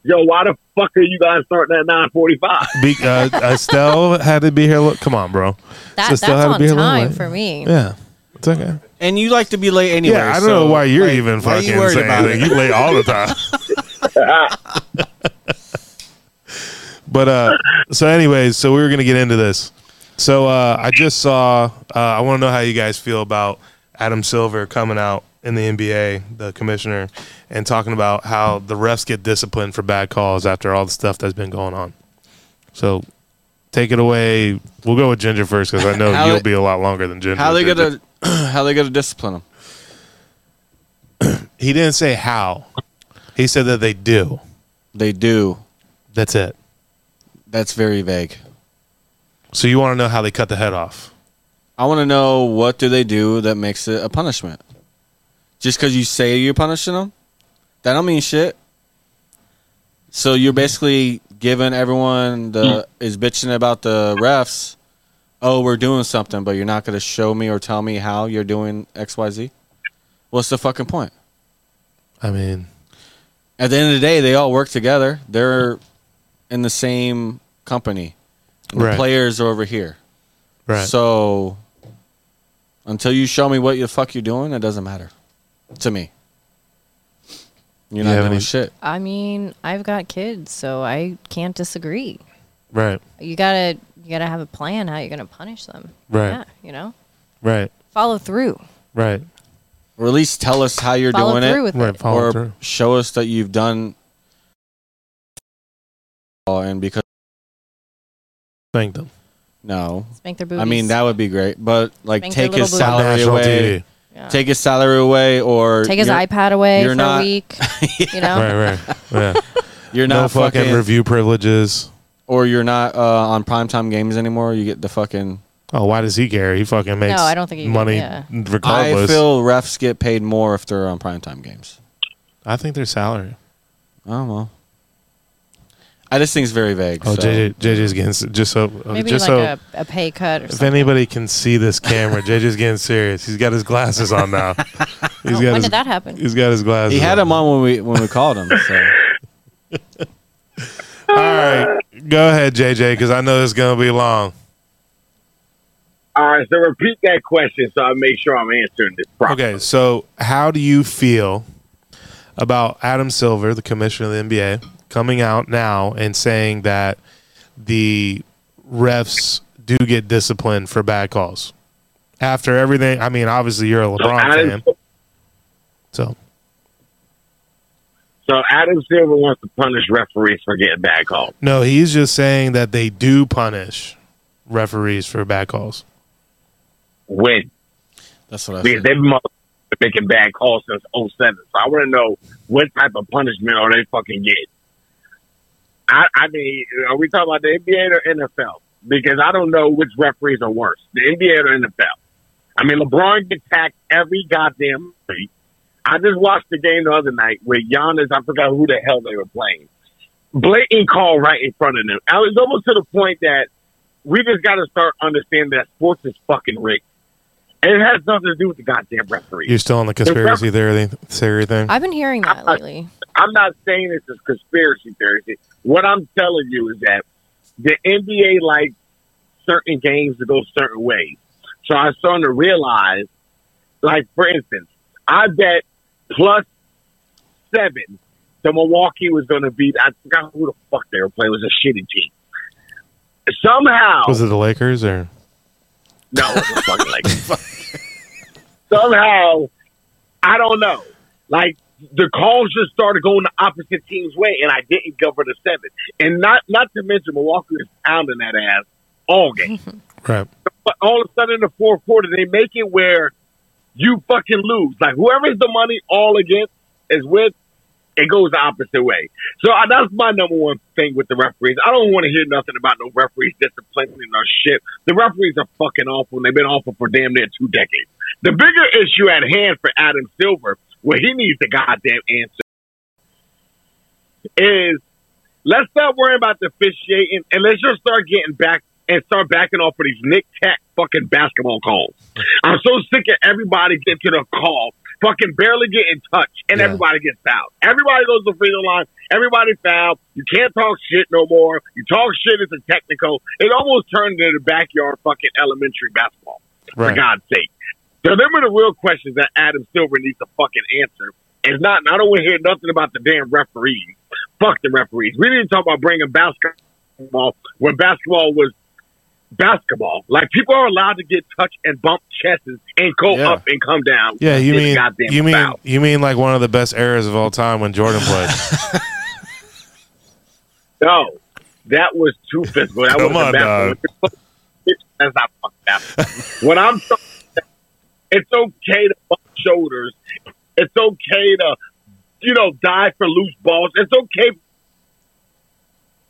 Speaker 4: Yo, why the fuck are you guys starting at nine forty five?
Speaker 1: Be, uh, Estelle had to be here. Look, come on, bro.
Speaker 2: That,
Speaker 1: So
Speaker 2: that's
Speaker 1: still had to
Speaker 2: on
Speaker 1: be a little
Speaker 2: time
Speaker 1: late.
Speaker 2: for me.
Speaker 1: Yeah, it's okay.
Speaker 3: And you like to be late anyway.
Speaker 1: yeah, I don't
Speaker 3: so,
Speaker 1: know why you're
Speaker 3: like,
Speaker 1: even
Speaker 3: why are
Speaker 1: fucking
Speaker 3: you worried
Speaker 1: saying
Speaker 3: about
Speaker 1: that.
Speaker 3: it?
Speaker 1: You late all the time. but uh, so, anyways, so we were gonna get into this. So uh, I just saw. Uh, I want to know how you guys feel about Adam Silver coming out in the NBA, the commissioner, and talking about how the refs get disciplined for bad calls after all the stuff that's been going on. So. Take it away. We'll go with Ginger first because I know
Speaker 3: How
Speaker 1: you'll
Speaker 3: they-
Speaker 1: be a lot longer than Ginger.
Speaker 3: How they
Speaker 1: Ginger.
Speaker 3: gonna how they gonna discipline him?
Speaker 1: He didn't say how. He said that they do.
Speaker 3: They do.
Speaker 1: That's it.
Speaker 3: That's very vague.
Speaker 1: So you want to know how they cut the head off?
Speaker 3: I want to know what do they do that makes it a punishment? Just because you say you're punishing them, that don't mean shit. So you're basically giving everyone the is bitching about the refs. Oh, we're doing something, but you're not going to show me or tell me how you're doing X Y Z. What's the fucking point?
Speaker 1: I mean,
Speaker 3: At the end of the day, they all work together. They're in the same company. And
Speaker 1: Right.
Speaker 3: The players are over here.
Speaker 1: right?
Speaker 3: So until you show me what the fuck you're doing, it doesn't matter to me.
Speaker 1: You
Speaker 3: You're not
Speaker 1: have
Speaker 3: doing
Speaker 1: any-
Speaker 3: shit.
Speaker 2: I mean, I've got kids, so I can't disagree.
Speaker 1: right,
Speaker 2: You gotta you gotta have a plan how you're gonna punish them.
Speaker 1: Right.
Speaker 2: Yeah, you know?
Speaker 1: right,
Speaker 2: Follow through.
Speaker 1: right,
Speaker 3: Or at least tell us how you're
Speaker 2: Follow
Speaker 3: doing
Speaker 2: through
Speaker 3: it,
Speaker 2: with
Speaker 1: right.
Speaker 2: it.
Speaker 1: Follow
Speaker 3: or
Speaker 1: through.
Speaker 3: show us that you've done. And because
Speaker 1: Thank them.
Speaker 3: no,
Speaker 2: Spank their booties.
Speaker 3: I mean that would be great, but like
Speaker 2: Spank their
Speaker 3: take his
Speaker 2: little booty.
Speaker 3: salary
Speaker 1: National
Speaker 3: away,
Speaker 1: TV.
Speaker 2: Yeah.
Speaker 3: take his salary away, or
Speaker 2: Take his
Speaker 3: you're,
Speaker 2: iPad away
Speaker 3: you're
Speaker 2: for
Speaker 3: not-
Speaker 2: a week. You know?
Speaker 1: Right, right. Yeah.
Speaker 3: You're not
Speaker 1: no fucking, review privileges.
Speaker 3: or you're not uh, on primetime games anymore. You get the fucking
Speaker 1: Oh, why does he care? He fucking makes
Speaker 2: I don't think he-
Speaker 1: money
Speaker 2: yeah.
Speaker 1: regardless. I,
Speaker 3: I feel refs get paid more if they're on primetime games.
Speaker 1: think their salary.
Speaker 3: I don't know. Oh, I just think it's very vague.
Speaker 1: Oh,
Speaker 3: so.
Speaker 1: JJ, JJ's getting s- just so uh,
Speaker 2: Maybe
Speaker 1: just
Speaker 2: like
Speaker 1: so.
Speaker 2: a, a pay cut or
Speaker 1: if
Speaker 2: something.
Speaker 1: anybody can see this camera, JJ's getting serious. He's got his glasses on now. He's
Speaker 2: Oh,
Speaker 1: got
Speaker 2: when
Speaker 1: his,
Speaker 2: did that happen?
Speaker 1: He's got his glasses.
Speaker 3: he had
Speaker 1: on.
Speaker 3: him on when we when we called him. So.
Speaker 1: All right, go ahead, JJ, because I know it's gonna be long.
Speaker 4: All right, so repeat that question so I make sure I'm answering this properly.
Speaker 1: Okay, so how do you feel about Adam Silver, the commissioner of the NBA, coming out now and saying that the refs do get disciplined for bad calls? After everything, I mean, obviously you're a LeBron
Speaker 4: Adam-
Speaker 1: fan, so
Speaker 4: So Adam Silver wants to punish referees for getting bad calls.
Speaker 1: no, he's just saying that they do punish referees for bad calls.
Speaker 4: When?
Speaker 3: That's what I said.
Speaker 4: Because they've been motherfucking making bad calls since 07. So I want to know what type of punishment are they fucking getting? I, I mean, are we talking about the NBA or NFL? Because I don't know which referees are worse, the NBA or NFL. I mean, LeBron gets hacked every goddamn thing. I just watched the game the other night with Giannis. I forgot who the hell they were playing. Blatant call right in front of them. I was almost to the point that we just got to start understanding that sports is fucking rigged. And it has nothing to do with the goddamn referee.
Speaker 1: You're still on the conspiracy theory theory thing.
Speaker 2: I've been hearing that
Speaker 4: I-
Speaker 2: lately.
Speaker 4: I'm not saying this is conspiracy theories. What I'm telling you is that the NBA likes certain games to go certain ways. So I'm starting to realize, like for instance, I bet plus seven the Milwaukee was going to beat. I forgot who the fuck they were playing. It was a shitty team. Somehow,
Speaker 1: Was it the Lakers or?
Speaker 4: no, it was fucking like somehow I don't know. Like the calls just started going the opposite team's way, and I didn't go for the seven. And not not to mention Milwaukee was pounding that ass all game.
Speaker 1: Right.
Speaker 4: But all of a sudden in the fourth quarter, they make it where you fucking lose. Like whoever's the money all against is with, it goes the opposite way. So I, that's my number one thing with the referees. I don't want to hear nothing about no referees disciplining or shit. The referees are fucking awful, and they've been awful for damn near two decades. The bigger issue at hand for Adam Silver, where he needs the goddamn answer, is Let's stop worrying about the officiating and let's just start getting back and start backing off of these Nick Tech fucking basketball calls. I'm so sick of everybody getting to the call, fucking barely get in touch, and
Speaker 1: Yeah.
Speaker 4: everybody gets fouled. Everybody goes to the free throw line, everybody fouled. You can't talk shit no more. You talk shit, it's a technical. It almost turned into the backyard fucking elementary basketball for
Speaker 1: Right.
Speaker 4: God's sake. So them are the real questions that Adam Silver needs to fucking answer. And not, I don't want to hear nothing about the damn referees. Fuck the referees. We didn't talk about bringing basketball when basketball was basketball. Like people are allowed to get touched and bump chests and go
Speaker 3: Yeah.
Speaker 4: up and come down.
Speaker 1: Yeah, you
Speaker 4: It's a
Speaker 1: mean
Speaker 4: goddamn
Speaker 1: you mean
Speaker 4: foul.
Speaker 1: you mean like one of the best eras of all time when Jordan played.
Speaker 4: no? That was too physical. That
Speaker 1: Come
Speaker 4: was
Speaker 1: on, dog.
Speaker 4: That's not fucking basketball. when I'm talking, it's okay to bump shoulders. It's okay to, you know, dive for loose balls. It's okay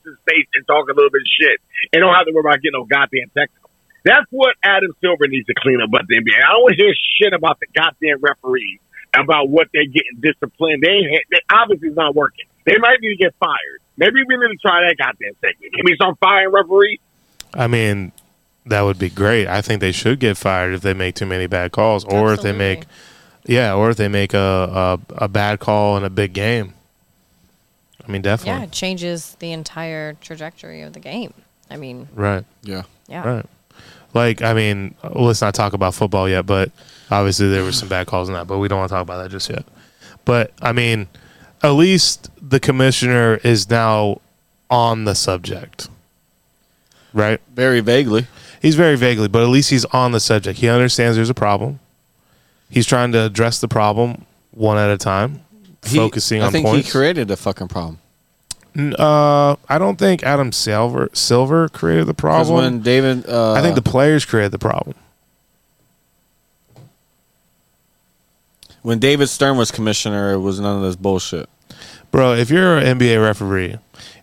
Speaker 4: to face and talk a little bit of shit and don't have to worry about getting no goddamn technical. That's what Adam Silver needs to clean up about the NBA. I don't want to hear shit about the goddamn referees about what they're getting disciplined. They, ain't- they obviously it's not working. They might need to get fired. Maybe we need to try that goddamn technique. Give me some firing referee.
Speaker 1: I mean, that would be great. I think they should get fired if they make too many bad calls, or if they
Speaker 2: Absolutely.
Speaker 1: make, yeah, or if they make a a, a bad call in a big game. I mean,
Speaker 2: Yeah,
Speaker 1: definitely.
Speaker 2: it changes the entire trajectory of the game. I mean,
Speaker 1: Right.
Speaker 3: Yeah.
Speaker 2: yeah.
Speaker 1: Right. Like, I mean, let's not talk about football yet, but obviously there were some bad calls in that, but we don't want to talk about that just yet. But I mean, at least the commissioner is now on the subject. Right?
Speaker 3: Very vaguely.
Speaker 1: He's very vaguely, but at least he's on the subject. He understands there's a problem. He's trying to address the problem one at a time,
Speaker 3: He-
Speaker 1: focusing
Speaker 3: I
Speaker 1: on
Speaker 3: think
Speaker 1: points.
Speaker 3: he created a fucking problem.
Speaker 1: N- uh, I don't think Adam Silver Silver created the
Speaker 3: 'Cause
Speaker 1: problem.
Speaker 3: when David, uh,
Speaker 1: I think the players created the problem.
Speaker 3: when David Stern was commissioner, it was none of this bullshit.
Speaker 1: Bro, if you're an NBA referee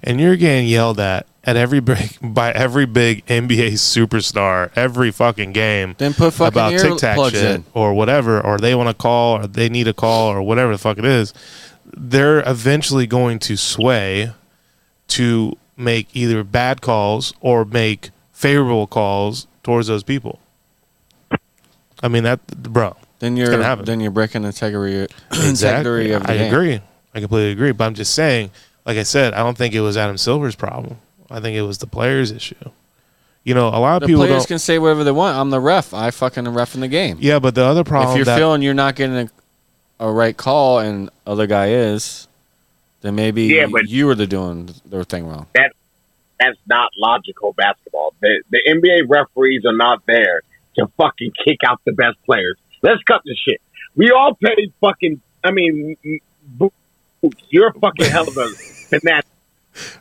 Speaker 1: and you're getting yelled at at every big, by every big NBA superstar every fucking game
Speaker 3: Then put fucking
Speaker 1: about
Speaker 3: ear
Speaker 1: tic tac
Speaker 3: plugs
Speaker 1: shit
Speaker 3: in.
Speaker 1: or whatever, or they want to call or they need a call or whatever the fuck it is, they're eventually going to sway to make either bad calls or make favorable calls towards those people. I mean that, bro.
Speaker 3: Then you're
Speaker 1: gonna happen.
Speaker 3: then you're breaking the integrity
Speaker 1: Exactly.
Speaker 3: integrity of the
Speaker 1: I
Speaker 3: game.
Speaker 1: agree. I completely agree. But I'm just saying, like I said, I don't think it was Adam Silver's problem. I think it was the players' issue. You know, a lot of
Speaker 3: The
Speaker 1: people
Speaker 3: players
Speaker 1: don't.
Speaker 3: can say whatever they want. I'm the ref. I fucking am ref in the game.
Speaker 1: yeah, but the other problem
Speaker 3: if you're
Speaker 1: that,
Speaker 3: feeling you're not getting a, a right call and other guy is, then maybe
Speaker 4: Yeah, but-
Speaker 3: you were the doing the thing wrong.
Speaker 4: That's not logical basketball. The, the NBA referees are not there to fucking kick out the best players. Let's cut this shit. We all paid fucking. I mean, m- m- you're a fucking hell of a fanatic.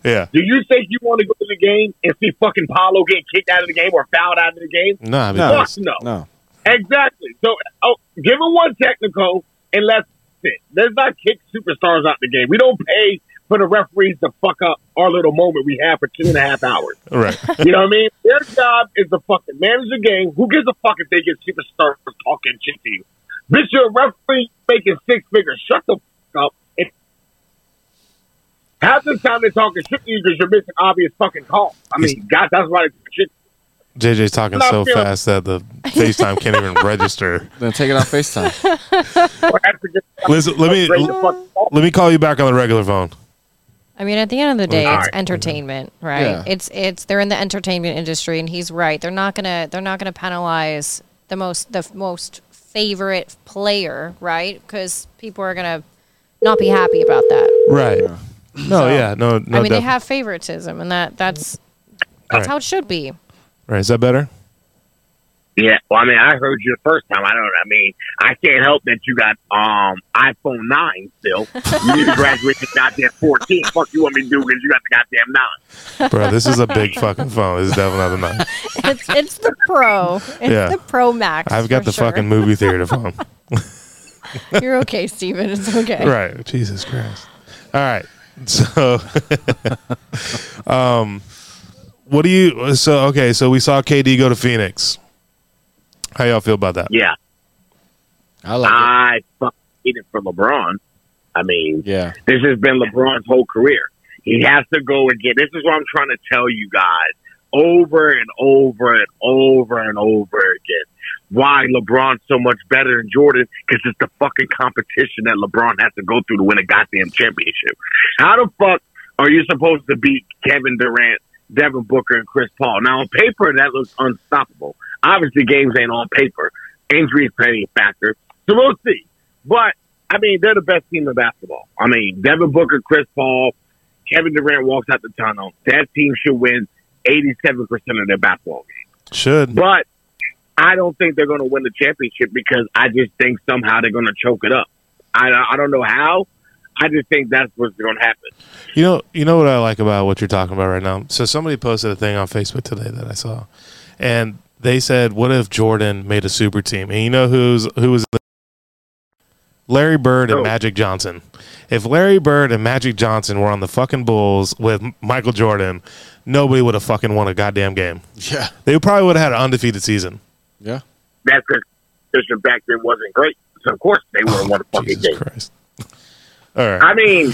Speaker 1: yeah,
Speaker 4: Do you think you want to go to the game and see fucking Paolo get kicked out of the game or fouled out of the game?
Speaker 1: no, I mean,
Speaker 3: No.
Speaker 1: that's-
Speaker 4: Fuck no.
Speaker 3: No,
Speaker 4: Exactly. So oh, give him one technical and let's sit. Let's not kick superstars out the game. We don't pay for the referees to fuck up our little moment we have for two and a half hours.
Speaker 1: right.
Speaker 4: You know what I mean? Their job is to fucking manage the game. Who gives a fuck if they get superstars for talking shit to you? Bitch, you're a referee making six figures. Shut the fuck up. And half the time they're talking shit to you because you're missing obvious fucking calls. I mean, God, that's why they talk shit.
Speaker 1: JJ's talking
Speaker 4: Not
Speaker 1: so
Speaker 4: feeling-
Speaker 1: fast that the FaceTime can't even register.
Speaker 3: then take it off Facetime.
Speaker 4: Or have to get
Speaker 1: Listen, let me
Speaker 4: raise the fucking call.
Speaker 1: let me call you back on the regular phone.
Speaker 2: I mean, at the end of the day,
Speaker 1: All
Speaker 2: it's
Speaker 1: right.
Speaker 2: entertainment,
Speaker 1: Mm-hmm.
Speaker 2: right?
Speaker 3: Yeah.
Speaker 2: It's it's they're in the entertainment industry, and he's right. They're not gonna they're not gonna penalize the most the f- most favorite player, right? Because people are gonna not be happy about that.
Speaker 1: Right. No, yeah, no, no.
Speaker 2: I mean,
Speaker 1: def-
Speaker 2: they have favoritism, and that that's that's
Speaker 1: Right.
Speaker 2: how it should be.
Speaker 1: right. Is that better?
Speaker 4: Yeah, well, I mean, I heard you the first time. I don't. I mean, I can't help that you got um iPhone nine still. You just graduated goddamn fourteen. Fuck you want me to do because you got the goddamn nine.
Speaker 1: Bro, this is a big fucking phone. This is definitely not the nine.
Speaker 2: It's it's the pro. It's
Speaker 1: Yeah.
Speaker 2: the pro max.
Speaker 1: I've got
Speaker 2: for
Speaker 1: the
Speaker 2: sure.
Speaker 1: fucking movie theater phone.
Speaker 2: You're okay, Steven. It's okay.
Speaker 1: Right. Jesus Christ. All right. So, um, what do you? So okay. So we saw KD go to Phoenix. How y'all feel about that?
Speaker 4: Yeah,
Speaker 3: I like
Speaker 4: Uh,
Speaker 3: it.
Speaker 4: I fucking hate it for LeBron. I mean,
Speaker 3: Yeah,
Speaker 4: this has been LeBron's whole career. He has to go again. This is what I'm trying to tell you guys over and over and over and over again. Why LeBron's so much better than Jordan? Because it's the fucking competition that LeBron has to go through to win a goddamn championship. How the fuck are you supposed to beat Kevin Durant, Devin Booker, and Chris Paul? Now on paper, that looks unstoppable. Obviously, games ain't on paper. Injuries play a factor, so we'll see. But I mean, they're the best team in basketball. I mean, Devin Booker, Chris Paul, Kevin Durant walks out the tunnel. That team should win 87% of their basketball games.
Speaker 1: Should.
Speaker 4: But I don't think they're going to win the championship because I just think somehow they're going to choke it up. I, I don't know how. I just think that's what's going to happen.
Speaker 1: You know, you know what I like about what you're talking about right now. So somebody posted a thing on Facebook today that I saw, and they said, "What if Jordan made a super team?" And you know who's who was the Larry Bird and
Speaker 4: Who?
Speaker 1: Magic Johnson. If Larry Bird and Magic Johnson were on the fucking Bulls with M- Michael Jordan, nobody would have fucking won a goddamn game.
Speaker 3: Yeah.
Speaker 1: They probably would have had an undefeated season.
Speaker 3: Yeah.
Speaker 4: That's because Fisher back then wasn't great. So, of course, they would have won a fucking
Speaker 1: Jesus
Speaker 4: game.
Speaker 1: Christ. All right.
Speaker 4: I mean,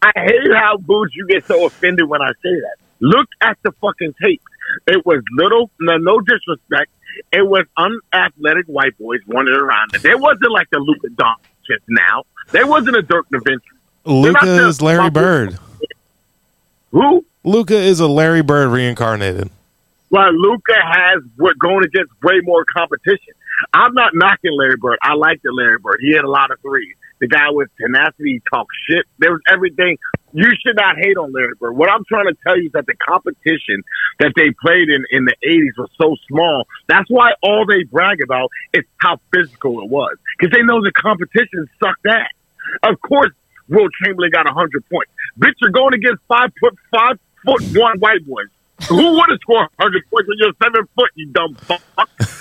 Speaker 4: I hate how boots you get so offended when I say that. Look at the fucking tape. It was little, no, no disrespect. It was unathletic white boys running around. They wasn't like the Luka Doncic now. They wasn't a Dirk Nowitzki.
Speaker 1: Luca is
Speaker 4: just-
Speaker 1: Larry Bird.
Speaker 4: Who?
Speaker 1: Luca is a Larry Bird reincarnated.
Speaker 4: Well, Luca has what going against way more competition. I'm not knocking Larry Bird. I like the Larry Bird. He had a lot of threes. The guy was tenacity, he talked shit. There was everything. You should not hate on Larry Bird. What I'm trying to tell you is that the competition that they played in in the 80s was so small. That's why all they brag about is how physical it was because they know the competition sucked ass. Of course, Will Chamberlain got 100 points. Bitch, you're going against five foot five foot one white boys. Who would have scored 100 points when you're seven foot, you dumb fuck?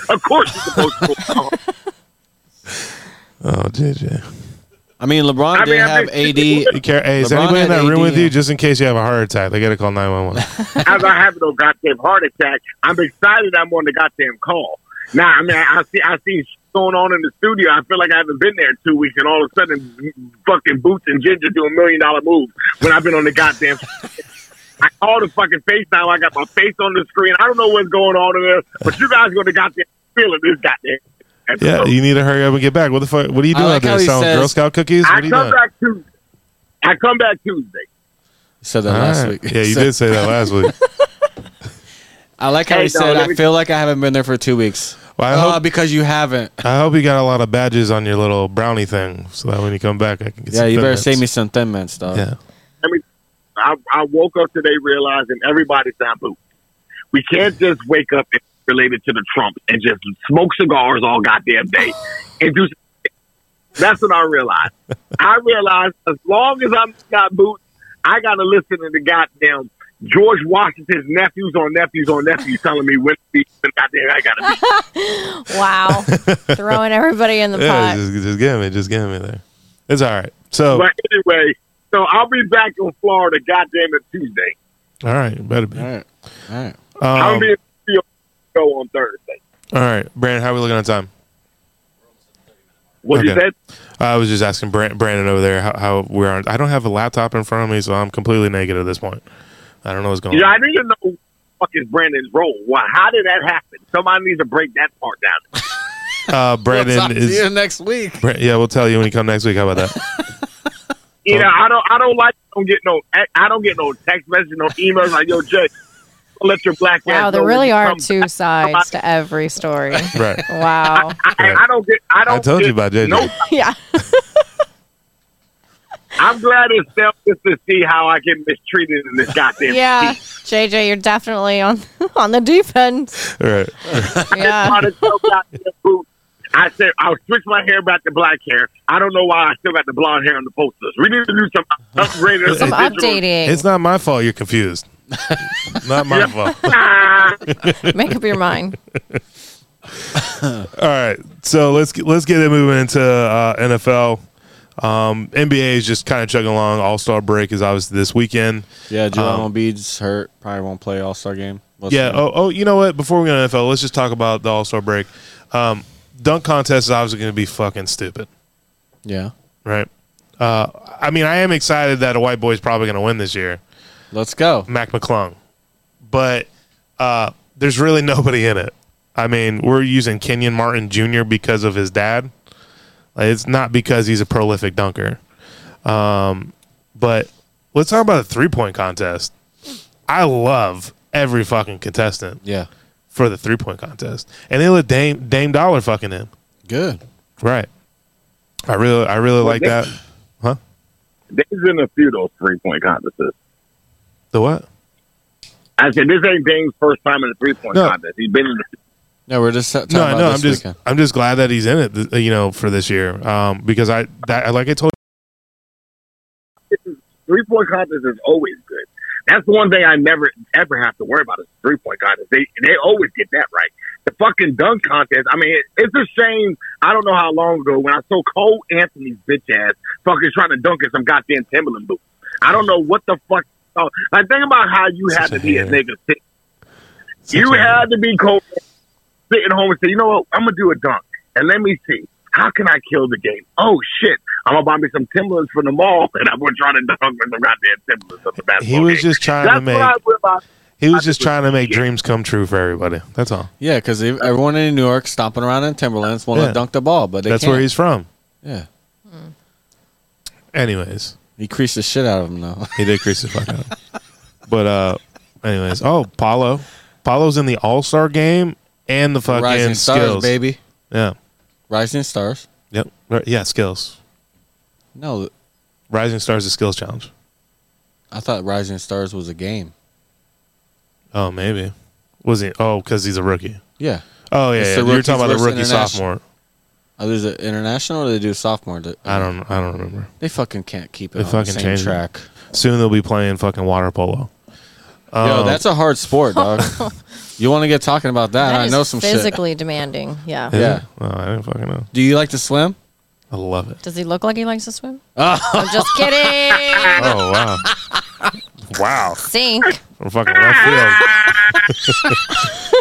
Speaker 4: Of course you're supposed to score.
Speaker 1: Oh, JJ.
Speaker 3: I mean, LeBron
Speaker 4: I
Speaker 3: did
Speaker 4: mean, I
Speaker 3: have
Speaker 4: mean-
Speaker 3: AD.
Speaker 1: You care- hey, is
Speaker 3: LeBron
Speaker 1: anybody in
Speaker 3: had
Speaker 1: that room
Speaker 3: AD,
Speaker 1: with
Speaker 3: yeah.
Speaker 1: you? Just in case you have a heart attack, they got to call 911.
Speaker 4: As I have no goddamn heart attack, I'm excited I'm on the goddamn call. Now, I mean, I see, I see shit going on in the studio. I feel like I haven't been there in two weeks, and all of a sudden, fucking Boots and Ginger do a million dollar move when I've been on the goddamn. I called the fucking face now. I got my face on the screen. I don't know what's going on in there, but you guys going to goddamn feel it this goddamn.
Speaker 1: yeah,
Speaker 4: episode.
Speaker 1: you need to hurry up and get back. What the fuck? What are you
Speaker 3: I
Speaker 1: doing
Speaker 3: like
Speaker 1: out there?
Speaker 3: how he
Speaker 1: Selling
Speaker 3: says-
Speaker 1: Girl Scout cookies?
Speaker 4: I
Speaker 1: What are you
Speaker 4: come
Speaker 1: doing?
Speaker 4: back Tuesday. I come back Tuesday.
Speaker 3: said that
Speaker 1: All
Speaker 3: last
Speaker 1: right.
Speaker 3: week.
Speaker 1: Yeah, you
Speaker 3: So-
Speaker 1: did say that last week.
Speaker 3: I like how
Speaker 4: Hey,
Speaker 3: he
Speaker 4: dog,
Speaker 3: said,
Speaker 4: let
Speaker 3: I
Speaker 4: me-
Speaker 3: feel like I haven't been there for two weeks.
Speaker 1: Well, I
Speaker 3: oh,
Speaker 1: hope-
Speaker 3: because you haven't.
Speaker 1: I hope you got a lot of badges on your little brownie thing, so that when you come back, I can get.
Speaker 3: Yeah,
Speaker 1: some
Speaker 3: you better
Speaker 1: Fitbits.
Speaker 3: save me some thin mints, dog.
Speaker 1: Yeah,
Speaker 4: I, I woke up today realizing everybody's not boots. We can't just wake up and related to the Trump and just smoke cigars all goddamn day and do. That's what I realized. I realized as long as I'm not boots, I gotta listen to the goddamn George Washington's nephews on nephews on nephews telling me when to be when goddamn I gotta be.
Speaker 2: Wow. Throwing everybody in the
Speaker 1: yeah.
Speaker 2: pot.
Speaker 1: Just, just give me, just give me there. It's all right. So,
Speaker 4: But anyway, so I'll be back in Florida goddamn it Tuesday.
Speaker 1: all right, better be.
Speaker 3: All right. All right.
Speaker 4: I'll
Speaker 1: Um,
Speaker 4: be in the studio show on Thursday.
Speaker 1: all right, Brandon, how are we looking on time?
Speaker 4: What you
Speaker 1: Okay.
Speaker 4: said?
Speaker 1: I was just asking Brand- Brandon over there how, how we're on. I don't have a laptop in front of me, so I'm completely naked at this point. I don't know what's going
Speaker 4: Yeah,
Speaker 1: on.
Speaker 4: I need to know what the fuck is Brandon's role. Why? How did that happen? Somebody needs to break that part down.
Speaker 1: Uh,
Speaker 3: I'll
Speaker 1: Brandon
Speaker 3: see you
Speaker 1: is.
Speaker 3: next week.
Speaker 1: Bra- yeah, we'll tell you when you come next week. How about that?
Speaker 4: You know, I don't, I don't like, don't get no, I don't get no text messages, no emails like, yo, Jay, don't let your black ass.
Speaker 2: Wow, there
Speaker 4: know when
Speaker 2: really
Speaker 4: you
Speaker 2: are
Speaker 4: come
Speaker 2: two
Speaker 4: back.
Speaker 2: sides to every story.
Speaker 1: right.
Speaker 2: Wow.
Speaker 4: I, I don't get, I don't.
Speaker 1: I told
Speaker 4: get,
Speaker 1: you about JJ.
Speaker 4: No,
Speaker 2: yeah.
Speaker 4: I'm glad it's self just to see how I get mistreated in this goddamn.
Speaker 2: Yeah.
Speaker 4: piece.
Speaker 2: JJ, you're definitely on on the defense.
Speaker 1: All right.
Speaker 2: Yeah.
Speaker 4: Trying to tell goddamn Boots, I said I'll switch my hair back to black hair. I don't know why I still got the blonde hair on the posters. We need to do some upgrading.
Speaker 2: Some updating.
Speaker 1: It's not my fault you're confused. not my fault.
Speaker 4: Ah.
Speaker 2: Make up your mind.
Speaker 1: All right, so let's get, let's get it moving into uh, NFL. Um, NBA is just kind of chugging along. All Star break is obviously this weekend.
Speaker 3: Yeah, Joel
Speaker 1: Um,
Speaker 3: Embiid's hurt. Probably won't play All Star game. We'll
Speaker 1: Yeah.
Speaker 3: see.
Speaker 1: Oh, oh, you know what? Before we go to NFL, let's just talk about the All Star break. Um, dunk contest is obviously going to be fucking stupid,
Speaker 3: yeah.
Speaker 1: right? Uh, I mean, I am excited that a white boy is probably going to win this year,
Speaker 3: Let's go.
Speaker 1: Mac McClung, but uh, there's really nobody in it. I mean, we're using Kenyon Martin Jr. because of his dad. Like, It's not because he's a prolific dunker. Um, but let's talk about a three point contest. I love every fucking contestant
Speaker 3: Yeah.
Speaker 1: for the three point contest, and they let Dame Dame Dollar fucking in.
Speaker 3: Good.
Speaker 1: Right. I really, I really like
Speaker 4: they-
Speaker 1: that.
Speaker 4: There's been a few of those three point contests.
Speaker 1: The what?
Speaker 4: I said this ain't Dame's first time in a three point
Speaker 1: No.
Speaker 4: contest. He's been in the
Speaker 3: No, we're just talking
Speaker 1: No,
Speaker 3: about
Speaker 1: no,
Speaker 3: this
Speaker 1: I'm just,
Speaker 3: weekend.
Speaker 1: I'm just glad that he's in it. th- You know, for this year, um, because I, that, like I told
Speaker 4: three point contest is always good. That's the one thing I never ever have to worry about is three point contest. They they always get that right. The fucking dunk contest. I mean, it, it's a shame. I don't know how long ago when I saw Cole Anthony's bitch ass fucking trying to dunk in some goddamn Timberland boots. I don't know what the fuck. Oh, like think about how you
Speaker 1: Such
Speaker 4: had
Speaker 1: a
Speaker 4: to be a
Speaker 1: hater.
Speaker 4: nigga. Sit, you had to be Cole sitting home and say, you know what? I'm gonna do a dunk and let me see how can I kill the game. Oh shit. I'm gonna buy me some Timberlands from the mall, and I'm gonna try to dunk with some goddamn Timberlands at the
Speaker 1: He
Speaker 4: basketball
Speaker 1: was
Speaker 4: game.
Speaker 1: just trying
Speaker 4: That's
Speaker 1: to make,
Speaker 4: what I realized.
Speaker 1: he was
Speaker 4: I
Speaker 1: just
Speaker 4: think
Speaker 1: trying to make
Speaker 4: yeah.
Speaker 1: dreams come true for everybody. That's all.
Speaker 3: Yeah, because everyone in New York stomping around in Timberlands want
Speaker 1: Yeah.
Speaker 3: to dunk the ball, but they
Speaker 1: That's
Speaker 3: can't.
Speaker 1: where he's from.
Speaker 3: yeah.
Speaker 1: Anyways,
Speaker 3: He creased the shit out of him though.
Speaker 1: he did crease his fuck out. But uh, anyways, oh, Paulo, Paulo's in the All Star game and the fucking
Speaker 3: Rising stars,
Speaker 1: skills,
Speaker 3: baby.
Speaker 1: Yeah,
Speaker 3: Rising stars.
Speaker 1: yep, Right, yeah, skills.
Speaker 3: No,
Speaker 1: Rising Stars, the skills challenge.
Speaker 3: I thought Rising Stars was a game.
Speaker 1: Oh, maybe. Was he? Oh, because he's a rookie.
Speaker 3: Yeah.
Speaker 1: Oh yeah,
Speaker 3: It's
Speaker 1: yeah.
Speaker 3: the
Speaker 1: you're
Speaker 3: rookies
Speaker 1: talking about the
Speaker 3: versus
Speaker 1: rookie
Speaker 3: international-
Speaker 1: sophomore.
Speaker 3: Oh, there's an international or they do sophomore?
Speaker 1: I don't. I don't remember.
Speaker 3: They fucking can't keep it
Speaker 1: They
Speaker 3: on
Speaker 1: fucking
Speaker 3: the same
Speaker 1: changed it.
Speaker 3: track.
Speaker 1: Soon they'll be playing fucking water polo. Um,
Speaker 3: Yo, that's a hard sport, dog. you want to get talking about that?
Speaker 2: That
Speaker 3: I
Speaker 2: is
Speaker 3: Uh, know some shit.
Speaker 2: physically demanding. Yeah.
Speaker 1: is it?
Speaker 3: yeah.
Speaker 1: Oh, I didn't fucking know.
Speaker 3: Do you like to swim?
Speaker 1: I love it.
Speaker 2: Does he look like he likes to swim?
Speaker 3: Oh,
Speaker 2: I'm just kidding.
Speaker 1: Oh wow, wow.
Speaker 2: Sink.
Speaker 1: From fucking left field.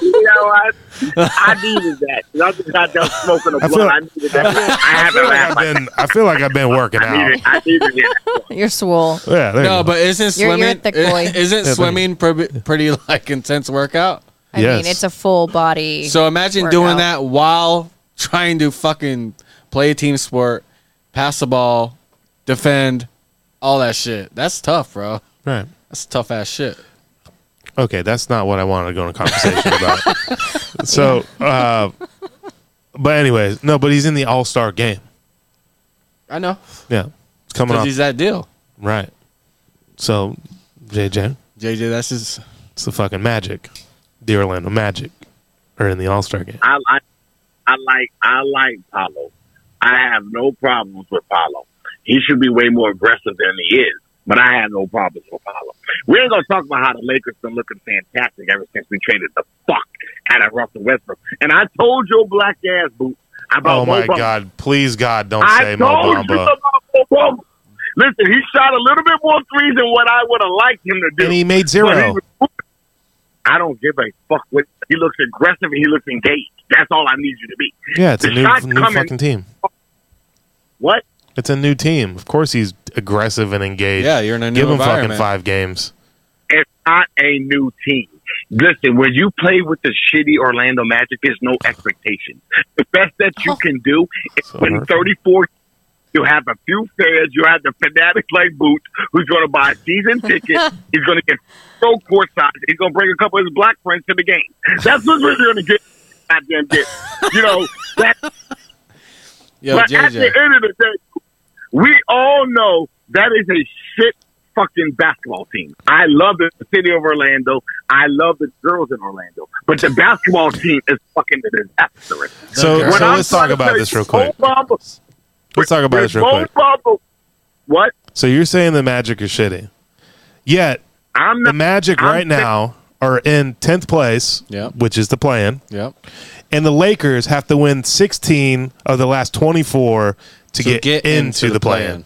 Speaker 4: You know what? I needed that. I just got done smoking a
Speaker 1: I
Speaker 4: blunt.
Speaker 1: feel-
Speaker 4: I needed that. I had to
Speaker 1: I feel like
Speaker 4: laugh.
Speaker 1: I've
Speaker 4: Like,
Speaker 1: been. I feel like I've been working
Speaker 4: Ah. I
Speaker 1: out.
Speaker 4: needed. I needed it.
Speaker 2: You're swole.
Speaker 1: Yeah. There
Speaker 3: no,
Speaker 1: you go.
Speaker 3: but isn't
Speaker 2: You're- you're a
Speaker 3: swimming
Speaker 2: thick boy.
Speaker 3: isn't
Speaker 1: you.
Speaker 3: swimming pretty, pretty like intense workout?
Speaker 2: I
Speaker 1: Yes.
Speaker 2: mean, it's a full body.
Speaker 3: So imagine
Speaker 2: Workout.
Speaker 3: doing that while trying to fucking play a team sport, pass the ball, defend, all that shit. That's tough, bro.
Speaker 1: right.
Speaker 3: That's tough ass shit.
Speaker 1: Okay, that's not what I wanted to go in a conversation about. So, uh, but anyways, no. But he's in the All Star game.
Speaker 3: I know
Speaker 1: Yeah, it's coming
Speaker 3: because
Speaker 1: up.
Speaker 3: he's that deal.
Speaker 1: Right. So, JJ,
Speaker 3: JJ, that's his.
Speaker 1: it's the fucking Magic, the Orlando Magic, are in the All Star game.
Speaker 4: I like, I like, I like Paolo. I have no problems with Paolo. He should be way more aggressive than he is, but I have no problems with Paolo. We ain't gonna talk about how the Lakers been looking fantastic ever since we traded the fuck out of Russell Westbrook. And I told your black ass boot about
Speaker 1: Oh my
Speaker 4: Mo Bamba.
Speaker 1: God! Please God, don't
Speaker 4: I
Speaker 1: say Mo
Speaker 4: told you
Speaker 1: Bamba.
Speaker 4: about Mo Bamba. Listen, he shot a little bit more threes than what I would have liked him to do.
Speaker 1: And he made
Speaker 4: But he
Speaker 1: zero.
Speaker 4: was- I don't give a fuck what he looks aggressive and he looks engaged. That's all I need you to be.
Speaker 1: Yeah, it's a
Speaker 4: The
Speaker 1: new,
Speaker 4: shot's
Speaker 1: new
Speaker 4: coming.
Speaker 1: fucking team.
Speaker 4: What?
Speaker 1: It's a new team. Of course, he's aggressive and engaged.
Speaker 3: Yeah, you're in a new
Speaker 1: give him fucking
Speaker 3: environment.
Speaker 1: five games.
Speaker 4: It's not a new team. Listen, when you play with the shitty Orlando Magic, there's no expectation. The best that you
Speaker 2: Oh.
Speaker 4: can do is
Speaker 1: So
Speaker 4: win
Speaker 1: hurt.
Speaker 4: 34. You have a few fans. You have the fanatic like Boots, who's going to buy a season ticket. He's going to get so courtside. He's going to bring a couple of his black friends to the game. That's what you're going to get. Goddamn get. You know, that
Speaker 3: Yo,
Speaker 4: but
Speaker 3: JJ.
Speaker 4: at the end of the day, we all know that is a shit fucking basketball team. I love the city of Orlando. I love the girls in Orlando. But the basketball team is fucking disastrous.
Speaker 1: So,
Speaker 3: Okay.
Speaker 1: so
Speaker 3: When
Speaker 4: I'm
Speaker 1: let's talk
Speaker 4: trying to
Speaker 1: about
Speaker 4: say
Speaker 1: this real
Speaker 4: Mo
Speaker 1: quick.
Speaker 4: Bamba-
Speaker 1: Let's talk about this real
Speaker 4: Mo
Speaker 1: quick.
Speaker 4: Bamba- what?
Speaker 1: So you're saying the Magic are shitty, yet
Speaker 4: I'm
Speaker 1: the
Speaker 4: not.
Speaker 1: Magic
Speaker 4: I'm
Speaker 1: right
Speaker 4: saying-
Speaker 1: now are in tenth place,
Speaker 3: Yep.
Speaker 1: which is the plan,
Speaker 3: Yep.
Speaker 1: and the Lakers have to win sixteen of the last twenty four to, get, into, the, plan.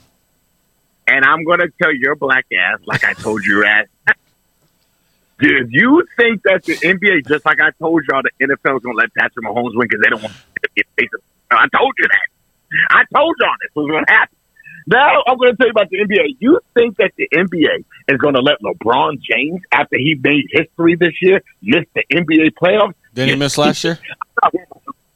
Speaker 4: And I'm going to tell your black ass, like I told your ass. Dude, you think that the NBA, just like I told y'all, the NFL is going to let Patrick Mahomes win because they don't want to get face of- I told you that. I told y'all this was going to happen. Now I'm going to tell you about the NBA. You think that the NBA is going to let LeBron James, after he made history this year, miss the NBA playoffs?
Speaker 3: Didn't he miss last year?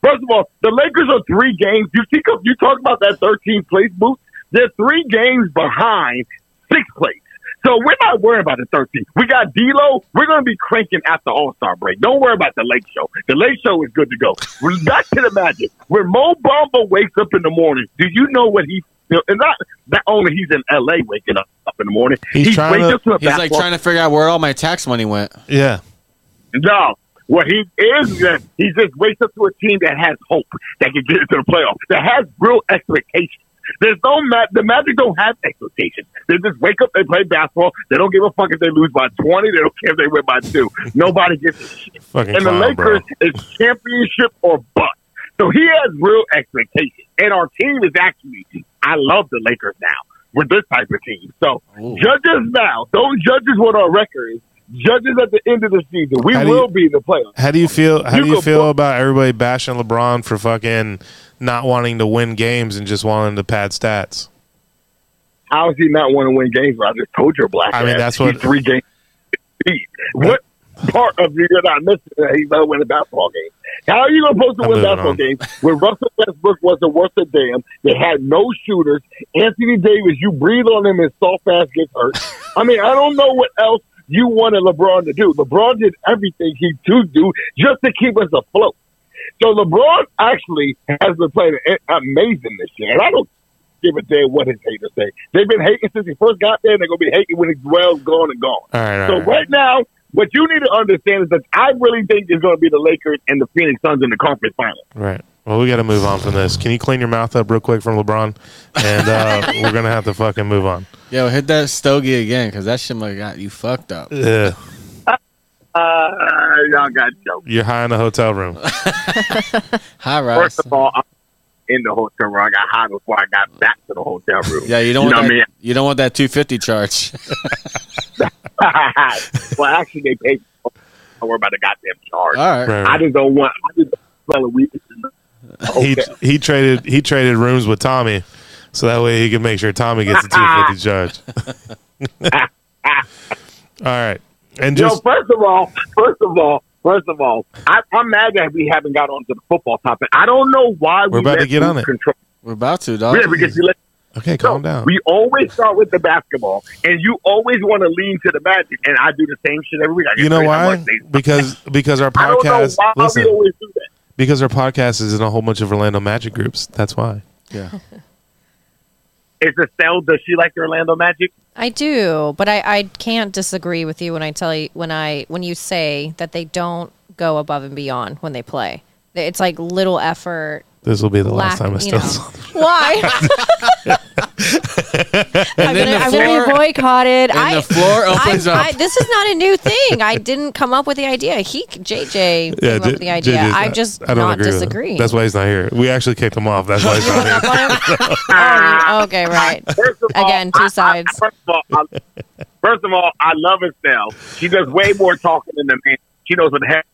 Speaker 4: First of all, the Lakers are three games. You think of, you talk about that 13th place boost. They're three games behind sixth place. So we're not worried about the 13th. We got D'Lo. We're going to be cranking after All Star break. Don't worry about the Lake Show. The Lake Show is good to go. We're Back to the magic. When Mo Bamba wakes up in the morning, do you know what he? And not not only he's in L.A. waking up up in the morning.
Speaker 1: He's trying
Speaker 4: waking
Speaker 1: to-
Speaker 4: up to a
Speaker 3: He's like
Speaker 4: basketball-
Speaker 3: trying to figure out where all my tax money went.
Speaker 1: Yeah.
Speaker 4: No. What he is, is that he just wakes up to a team that has hope, that can get into the playoffs, that has real expectations. There's no ma- the Magic don't have expectations. They just wake up, they play basketball. They don't give a fuck if they lose by twenty. They don't care if they win by two. Nobody gets a shit.
Speaker 1: Fucking
Speaker 4: And the
Speaker 1: clown, bro.
Speaker 4: Lakers is championship or bust. So he has real expectations. And our team is actually, I love the Lakers now. We're this type of team. So
Speaker 3: Ooh.
Speaker 4: judge us now. Don't judge us what our record is. Judge us at the end of the season. We
Speaker 1: How do you-
Speaker 4: will be in the playoffs.
Speaker 1: How do you feel? How
Speaker 4: You
Speaker 1: do you
Speaker 4: could
Speaker 1: feel about everybody bashing LeBron for fucking not wanting to win games and just wanting to pad stats?
Speaker 4: How is he not want to win games? I just told your black
Speaker 1: I mean,
Speaker 4: ass
Speaker 1: that's what-
Speaker 4: he's three games. deep. What part of you you're not missing that he's not winning basketball games? How are you supposed to
Speaker 1: I'm
Speaker 4: win
Speaker 1: moving
Speaker 4: basketball
Speaker 1: on.
Speaker 4: games when Russell Westbrook wasn't worth a damn? They had no shooters. Anthony Davis, you breathe on him, and soft ass gets hurt. I mean, I don't know what else you wanted LeBron to do. LeBron did everything he could do just to keep us afloat. So LeBron actually has been playing a- amazing this year, and I don't give a damn what his haters say. They've been hating since he first got there. and They're gonna be hating when he's well gone and gone.
Speaker 1: All right, all
Speaker 4: So
Speaker 1: right.
Speaker 4: right now, what you need to understand is that I really think it's going to be the Lakers and the Phoenix Suns in the conference final.
Speaker 1: Right. Well, we got to move on from this. Can you clean your mouth up real quick from LeBron? And uh, we're gonna have to fucking move on.
Speaker 3: Yo, hit that stogie again because that shit might have got you fucked up.
Speaker 1: Ugh.
Speaker 4: Uh, y'all got jokes.
Speaker 1: You're high in the hotel room.
Speaker 3: Hi, Ross.
Speaker 4: First of all, I'm in the hotel room. I got high before I got back to the hotel room.
Speaker 3: Yeah, you don't
Speaker 4: You
Speaker 3: want
Speaker 4: know
Speaker 3: that,
Speaker 4: me.
Speaker 3: you don't want that 250 charge.
Speaker 4: well, actually, they paid. Don't worry about the goddamn charge.
Speaker 3: All right.
Speaker 1: Right,
Speaker 4: I
Speaker 1: right.
Speaker 4: just don't want. I just don't smell a weed.
Speaker 1: He
Speaker 4: Okay.
Speaker 1: he traded he traded rooms with Tommy, so that way he can make sure Tommy gets the 250 charge. all right. And
Speaker 4: Yo,
Speaker 1: just
Speaker 4: first of all, first of all, first of all, I, I'm mad that we haven't got onto the football topic. I don't know why
Speaker 1: We're
Speaker 4: we
Speaker 1: about to
Speaker 4: let
Speaker 1: get on
Speaker 4: lose
Speaker 1: it.
Speaker 4: Control.
Speaker 3: We're about to, dog.
Speaker 4: Yeah, because you let
Speaker 1: okay,
Speaker 4: No,
Speaker 1: calm down.
Speaker 4: We always start with the basketball, and you always want to lean to the magic. And I do the same shit every week. I get
Speaker 1: You know
Speaker 4: crazy. I'm
Speaker 1: why?
Speaker 4: like, they-
Speaker 1: Because because our
Speaker 4: I don't know
Speaker 1: podcast
Speaker 4: why
Speaker 1: listen,
Speaker 4: we always do that.
Speaker 1: because our podcast is in a whole bunch of Orlando Magic groups. That's why.
Speaker 3: yeah.
Speaker 4: It's Estelle. Does she like the Orlando Magic?
Speaker 2: I do, but I, I can't disagree with you when I tell you when I when you say that they don't go above and beyond when they play. It's like little effort.
Speaker 1: This will be the last
Speaker 2: Lack,
Speaker 1: time I
Speaker 2: you
Speaker 1: still.
Speaker 2: know. Why? I'm
Speaker 3: then
Speaker 2: gonna,
Speaker 3: the
Speaker 2: I'm gonna be
Speaker 3: floor-
Speaker 2: boycotted.
Speaker 3: And
Speaker 2: I,
Speaker 3: the floor
Speaker 2: I,
Speaker 3: opens up.
Speaker 2: I, this is not a new thing. I didn't come up with the idea. He JJ
Speaker 1: Yeah,
Speaker 2: came up
Speaker 1: J-
Speaker 2: with the idea.
Speaker 1: JJ's
Speaker 2: I'm just
Speaker 1: I don't
Speaker 2: not
Speaker 1: agree with him.
Speaker 2: disagreeing.
Speaker 1: That's why he's not here. We actually kicked him off. That's why he's
Speaker 2: You
Speaker 1: not
Speaker 2: hung
Speaker 1: here.
Speaker 2: up on him? Oh, you- okay, right.
Speaker 4: First of all,
Speaker 2: Again, two
Speaker 4: I- I-
Speaker 2: sides.
Speaker 4: first of all, I, first of all, I love Estelle. She does way more talking than the man. She knows what the heck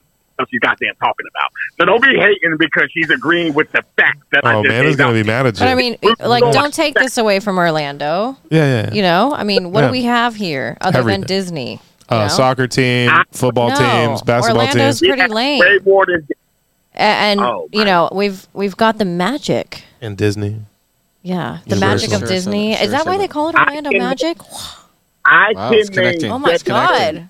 Speaker 4: she's goddamn talking about. So don't be hating because she's agreeing with the fact that I
Speaker 1: Oh
Speaker 4: just
Speaker 1: man, he's
Speaker 4: gave out.
Speaker 1: gonna be mad at you.
Speaker 2: But I mean,
Speaker 4: We're
Speaker 2: like,
Speaker 4: going
Speaker 2: don't take this away from Orlando.
Speaker 1: yeah, yeah.
Speaker 2: You know, I mean, what
Speaker 1: Yeah.
Speaker 2: do we have here other
Speaker 1: Everything.
Speaker 2: than Disney? you
Speaker 1: uh,
Speaker 2: know?
Speaker 1: Soccer team, football
Speaker 2: No,
Speaker 1: teams, basketball
Speaker 2: Orlando's-
Speaker 1: teams,
Speaker 4: We
Speaker 2: pretty
Speaker 4: have
Speaker 2: lame.
Speaker 4: Way more than
Speaker 2: A- and
Speaker 4: Oh,
Speaker 2: you
Speaker 4: my.
Speaker 2: know, we've we've got the magic.
Speaker 1: and Disney.
Speaker 2: Yeah, the
Speaker 1: Universal.
Speaker 2: magic of
Speaker 1: Sure,
Speaker 2: Disney.
Speaker 3: sure,
Speaker 2: Is that
Speaker 3: sure.
Speaker 2: why they call it
Speaker 4: I
Speaker 2: Orlando
Speaker 4: can-
Speaker 2: Magic?
Speaker 4: I
Speaker 3: Wow, it's
Speaker 4: can
Speaker 3: connecting.
Speaker 4: name.
Speaker 2: Oh my
Speaker 3: That's
Speaker 2: god!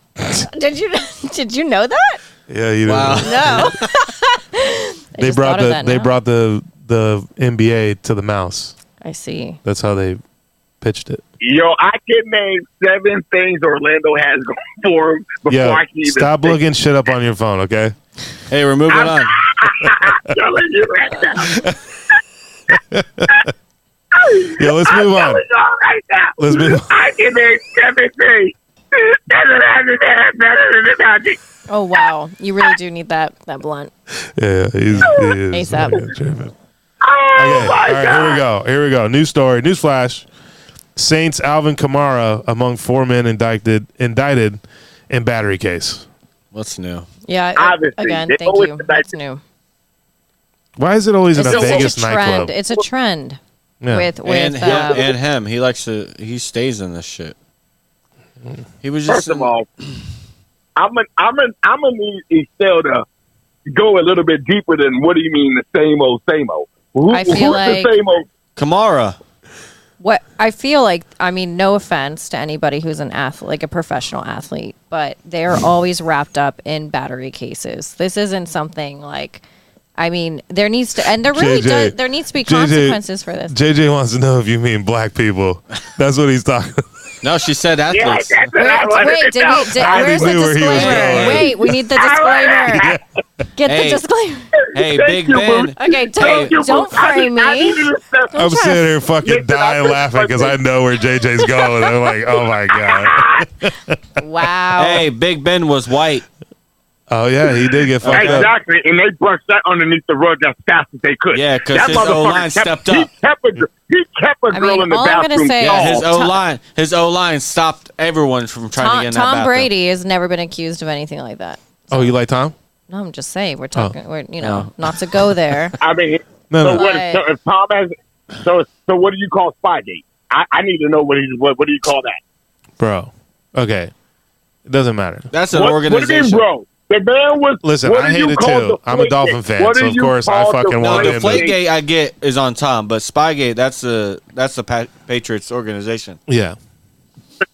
Speaker 3: connected.
Speaker 2: did you did you know that?
Speaker 1: Yeah, you
Speaker 3: Wow.
Speaker 1: know.
Speaker 2: No. I
Speaker 1: They
Speaker 2: just
Speaker 1: brought
Speaker 2: thought of
Speaker 1: the
Speaker 2: that
Speaker 1: they
Speaker 2: now.
Speaker 1: brought the the NBA to the mouse.
Speaker 2: I see.
Speaker 1: That's how they pitched it.
Speaker 4: Yo, I can name seven things Orlando has going for him before
Speaker 1: Yeah,
Speaker 4: I can even
Speaker 1: stop
Speaker 4: think.
Speaker 1: looking shit up on your phone, okay?
Speaker 3: Hey, we're moving on.
Speaker 4: I'm telling you right now.
Speaker 1: Yeah, let's
Speaker 4: I'm
Speaker 1: move on.
Speaker 4: telling y'all right now.
Speaker 1: Let's move on.
Speaker 4: I can name seven things. Better than that, better than the Magic.
Speaker 2: Oh wow, you really do need that that blunt.
Speaker 1: Yeah, he's, he is
Speaker 2: ASAP.
Speaker 1: fucking tripping.
Speaker 4: Oh
Speaker 1: Okay.
Speaker 4: my
Speaker 1: All right,
Speaker 4: god!
Speaker 1: here we go. Here we go. News story. News flash. Saints Alvin Kamara among four men indicted indicted in battery case.
Speaker 3: What's new?
Speaker 2: Yeah. I-
Speaker 4: Obviously,
Speaker 2: again,
Speaker 4: they
Speaker 2: thank
Speaker 4: always
Speaker 2: you.
Speaker 4: did that.
Speaker 2: That's new.
Speaker 1: Why is it always in
Speaker 2: It's
Speaker 1: a
Speaker 2: just
Speaker 1: Vegas
Speaker 2: a trend.
Speaker 1: nightclub?
Speaker 2: It's a trend.
Speaker 1: Yeah.
Speaker 2: with
Speaker 3: and
Speaker 2: with
Speaker 3: him,
Speaker 2: um,
Speaker 3: and him. He likes to. He stays in this shit. He was just
Speaker 4: First of all, I'm an, I'm an, I'm gonna need Estelle to go a little bit deeper than what do you mean the same old same old. Who,
Speaker 2: I feel
Speaker 4: who's
Speaker 2: like-
Speaker 4: the same old?
Speaker 3: Kamara.
Speaker 2: what I feel like. I mean, no offense to anybody who's an athlete, like a professional athlete, but they're always wrapped up in battery cases. This isn't something like. I mean, there needs to, and there really
Speaker 1: JJ.
Speaker 2: does. There needs to be
Speaker 1: JJ.
Speaker 2: consequences for this.
Speaker 1: JJ wants to know if you mean black people. That's what he's talking. about.
Speaker 3: No, she said
Speaker 4: Yeah,
Speaker 3: athletes.
Speaker 4: that's what I
Speaker 2: Wait,
Speaker 4: wanted
Speaker 2: wait,
Speaker 4: to
Speaker 2: did
Speaker 4: know.
Speaker 2: we, did,
Speaker 4: I
Speaker 2: where's the
Speaker 1: knew where he was
Speaker 2: disclaimer?
Speaker 3: going.
Speaker 2: Wait, we need the disclaimer. Get
Speaker 3: Hey.
Speaker 2: the disclaimer.
Speaker 3: hey,
Speaker 4: Thank
Speaker 3: Big
Speaker 4: you,
Speaker 3: Ben.
Speaker 4: Boots.
Speaker 2: Okay,
Speaker 4: Thank
Speaker 2: don't,
Speaker 4: you,
Speaker 2: don't
Speaker 4: Boots. I
Speaker 2: frame
Speaker 4: need- I
Speaker 2: me.
Speaker 4: needed to step-
Speaker 1: I'm sitting here fucking
Speaker 4: Listen, I
Speaker 1: dying
Speaker 4: just-
Speaker 1: laughing because I know where JJ's going. I'm like, oh my god.
Speaker 2: Wow.
Speaker 3: Hey, Big Ben was white.
Speaker 1: Oh yeah, he did get fucked up.
Speaker 4: Exactly, and they brushed that underneath the rug as fast as they could.
Speaker 3: Yeah, 'cause
Speaker 4: That
Speaker 3: his
Speaker 4: motherfucker
Speaker 3: O-line
Speaker 4: kept-
Speaker 3: stepped
Speaker 4: He
Speaker 3: up.
Speaker 4: kept a, gr- he kept a
Speaker 2: I
Speaker 4: girl
Speaker 2: mean,
Speaker 4: in the
Speaker 2: all I'm gonna
Speaker 4: bathroom.
Speaker 2: say
Speaker 3: Yeah,
Speaker 2: Oh,
Speaker 3: his
Speaker 2: Tom-
Speaker 3: O line. His O line stopped everyone from trying to
Speaker 2: Tom,
Speaker 3: get in that
Speaker 2: Tom
Speaker 3: bathroom.
Speaker 2: Brady has never been accused of anything like that.
Speaker 1: Oh, you like Tom?
Speaker 2: No, I'm just saying we're talking. We're you know
Speaker 3: Oh. No.
Speaker 2: not to go there.
Speaker 4: I mean,
Speaker 1: No,
Speaker 4: so
Speaker 1: no.
Speaker 4: what?
Speaker 2: Right.
Speaker 4: So if Tom has, so so what do you call Spygate? I, I need to know what he what, what do you call that?
Speaker 1: bro. Okay, it doesn't matter.
Speaker 3: That's an
Speaker 4: what,
Speaker 3: organization.
Speaker 4: What do you mean, bro? The man was.
Speaker 1: Listen,
Speaker 4: what
Speaker 1: I
Speaker 4: do you
Speaker 1: hate it
Speaker 4: call
Speaker 1: too.
Speaker 4: the
Speaker 1: I'm a
Speaker 4: flake
Speaker 1: Dolphin
Speaker 4: gate?
Speaker 1: fan,
Speaker 4: What do
Speaker 1: so of
Speaker 4: you
Speaker 1: course I
Speaker 4: call
Speaker 1: fucking
Speaker 4: the
Speaker 1: want
Speaker 3: No,
Speaker 1: Well,
Speaker 3: the
Speaker 1: him,
Speaker 4: flake
Speaker 1: but-
Speaker 4: gate?
Speaker 3: Deflategate I get is on Tom, but Spygate that's the that's the pa- Patriots organization.
Speaker 1: Yeah,
Speaker 4: I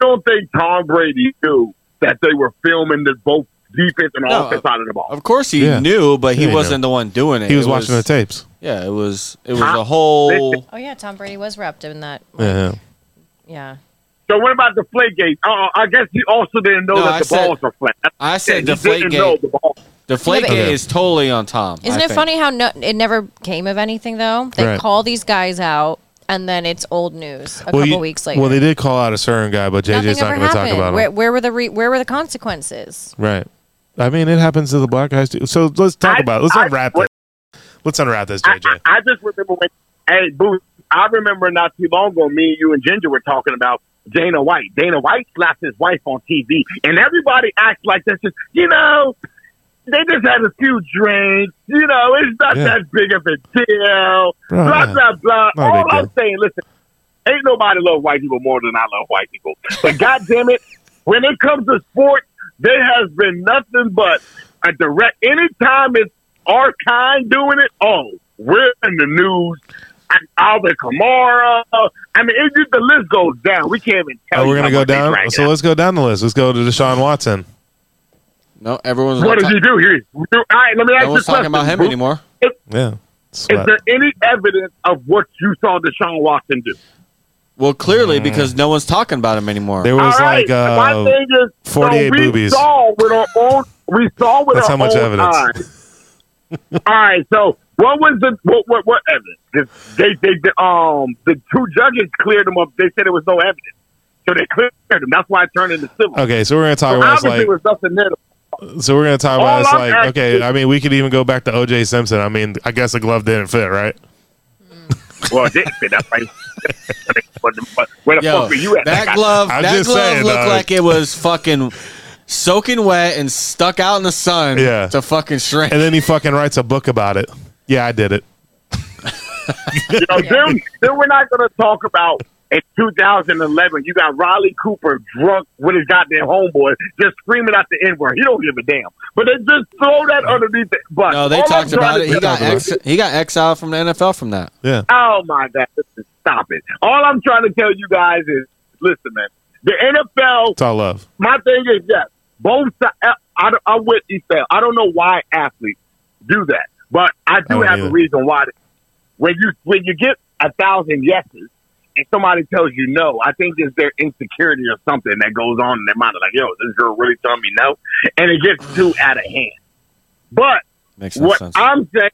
Speaker 4: don't think Tom Brady knew that they were filming the both defense and
Speaker 3: No,
Speaker 4: offense side of the ball.
Speaker 3: Of course he
Speaker 1: Yeah.
Speaker 3: knew, but he
Speaker 1: Yeah, he
Speaker 3: wasn't the one doing it.
Speaker 1: he was
Speaker 3: It
Speaker 1: watching the tapes.
Speaker 3: Yeah, it was it was
Speaker 4: Huh?
Speaker 3: a whole
Speaker 2: Oh yeah, Tom Brady was wrapped in that.
Speaker 1: Yeah,
Speaker 2: Yeah.
Speaker 4: So what about the flake gate? Uh, I guess he also didn't know
Speaker 3: No,
Speaker 4: that
Speaker 3: I
Speaker 4: the
Speaker 3: said-
Speaker 4: balls were flat. That's
Speaker 3: I
Speaker 4: what he
Speaker 3: said
Speaker 4: did. he didn't know
Speaker 3: Deflategate.
Speaker 4: the ball.
Speaker 3: Deflategate
Speaker 1: Okay.
Speaker 3: is totally on Tom. I
Speaker 2: Isn't it
Speaker 3: think.
Speaker 2: funny how no, it never came of anything though? They
Speaker 1: Right.
Speaker 2: call these guys out, and then it's old news a couple
Speaker 1: you-
Speaker 2: weeks later.
Speaker 1: Well, they did call out a certain guy, but
Speaker 2: Nothing
Speaker 1: JJ's not
Speaker 2: ever
Speaker 1: going to talk
Speaker 2: happened.
Speaker 1: about
Speaker 2: where,
Speaker 1: him.
Speaker 2: where were the re, where were the consequences?
Speaker 1: Right. I mean, it happens to the black guys too. So let's talk
Speaker 4: I-
Speaker 1: about. It. Let's
Speaker 4: I-
Speaker 1: unwrap
Speaker 4: what-
Speaker 1: this. Let's unwrap this,
Speaker 4: I,
Speaker 1: JJ.
Speaker 4: I I just remember when, hey, Boo, I remember not too long ago, me and you and Ginger were talking about Dana White. Dana White slapped his wife on TV, and everybody acts like that's just, you know, they just had a few drinks. You know, it's not
Speaker 1: Yeah.
Speaker 4: that big of a deal.
Speaker 1: Bro,
Speaker 4: blah,
Speaker 1: yeah.
Speaker 4: blah, blah,
Speaker 1: Not a big
Speaker 4: All I'm
Speaker 1: deal.
Speaker 4: saying, listen, ain't nobody love white people more than I love white people. But God damn it, when it comes to sports, there has been nothing but a direct. Anytime it's our kind doing it, oh, we're in the news. I- Alvin Kamara. I mean, it just, the list goes down. We can't even tell.
Speaker 1: Oh, we're
Speaker 4: you
Speaker 1: gonna
Speaker 4: how
Speaker 1: go
Speaker 4: much they
Speaker 1: down.
Speaker 4: drag it
Speaker 1: so
Speaker 4: out.
Speaker 1: let's go down the list. Let's go to Deshaun Watson.
Speaker 3: No, everyone's
Speaker 4: what
Speaker 3: not
Speaker 4: does
Speaker 3: ta-
Speaker 4: he do here? All right, let me ask
Speaker 3: no
Speaker 4: you a
Speaker 3: one's
Speaker 4: question.
Speaker 3: talking about him
Speaker 4: Boo.
Speaker 3: anymore.
Speaker 1: Yeah.
Speaker 4: Is
Speaker 1: Sweat.
Speaker 4: there any evidence of what you saw Deshaun Watson do?
Speaker 3: Well, clearly because no one's talking about him anymore.
Speaker 1: There was like
Speaker 4: my
Speaker 1: uh,
Speaker 4: thing is, so
Speaker 1: 48
Speaker 4: we
Speaker 1: boobies.
Speaker 4: Saw with our own, we saw with
Speaker 1: That's how
Speaker 4: our
Speaker 1: much
Speaker 4: own
Speaker 1: evidence.
Speaker 4: Eyes. All right, so what was the what what, what evidence? 'Cause They, they the, um the two judges cleared them up. They said there was no evidence, so they cleared them. That's why it turned into civil.
Speaker 1: okay. So we're gonna talk
Speaker 4: So
Speaker 1: about it's
Speaker 4: obviously,
Speaker 1: like.
Speaker 4: it was nothing there.
Speaker 1: So we're gonna talk about
Speaker 4: All
Speaker 1: it's
Speaker 4: I'm
Speaker 1: like.
Speaker 4: asking
Speaker 1: Okay.
Speaker 4: is-
Speaker 1: I mean, we could even go back to O.J. Simpson. I mean, I guess the glove didn't fit, right?
Speaker 4: Well, it didn't fit that right. But the- but Where the
Speaker 3: Yo,
Speaker 4: fuck were you at?
Speaker 3: that
Speaker 4: Like, I-
Speaker 3: glove,
Speaker 1: I'm
Speaker 3: that
Speaker 1: just
Speaker 3: glove
Speaker 1: saying,
Speaker 3: looked
Speaker 1: dog.
Speaker 3: like it was fucking soaking wet and stuck out in the sun
Speaker 1: Yeah.
Speaker 3: to fucking shrink.
Speaker 1: And then he fucking writes a book about it. Yeah, I did it.
Speaker 4: You know, then, then we're not going to talk about in 2011. You got Riley Cooper drunk with his goddamn homeboy, just screaming out the N word. He don't give a damn. But they just throw that underneath the bus.
Speaker 3: No, they
Speaker 4: All I'm
Speaker 3: talked
Speaker 4: trying
Speaker 3: about
Speaker 4: to
Speaker 3: it. He
Speaker 4: tell
Speaker 3: got
Speaker 4: you-
Speaker 3: ex- he got exiled from the NFL from that.
Speaker 1: Yeah.
Speaker 4: Oh my god! Listen, stop it. All I'm trying to tell you guys is, listen, man. The NFL
Speaker 1: It's all love.
Speaker 4: my thing is yes, both. si- I, I, I'm with Estelle. I don't know why athletes do that, but I
Speaker 1: I
Speaker 4: do
Speaker 1: don't
Speaker 4: have
Speaker 1: either.
Speaker 4: a reason why. they- When you when you get a thousand yeses and somebody tells you no, I think it's their insecurity or something that goes on in their mind. Like, yo, this girl really telling me no, and it gets too out of hand. But
Speaker 3: Makes no
Speaker 4: what
Speaker 3: sense.
Speaker 4: I'm saying,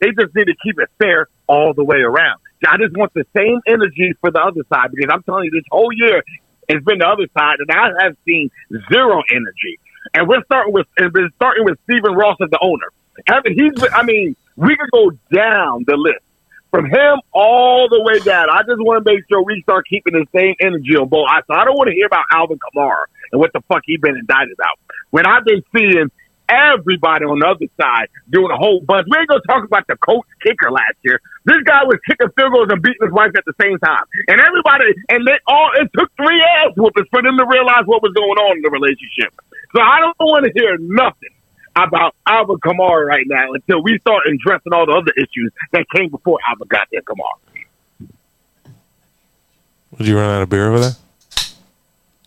Speaker 4: they just need to keep it fair all the way around. I just want the same energy for the other side because I'm telling you, this whole year it's been the other side, and I have seen zero energy. And we're starting with and we're starting with Stephen Ross as the owner. Having he's, been- I mean, we could go down the list from him all the way down. I just want to make sure we start keeping the same energy on both. I, so I don't want to hear about Alvin Kamara and what the fuck he been indicted about. When I've been seeing everybody on the other side doing a whole bunch. We ain't gonna talk about the coach kicker last year. This guy was kicking field goals and beating his wife at the same time, and everybody and they all it took three ass whoopings for them to realize what was going on in the relationship. So I don't want to hear nothing about Alvin Kamara right now until we start addressing all the other issues that came before Alvin got there. Kamara.
Speaker 1: Did you run out of beer over there?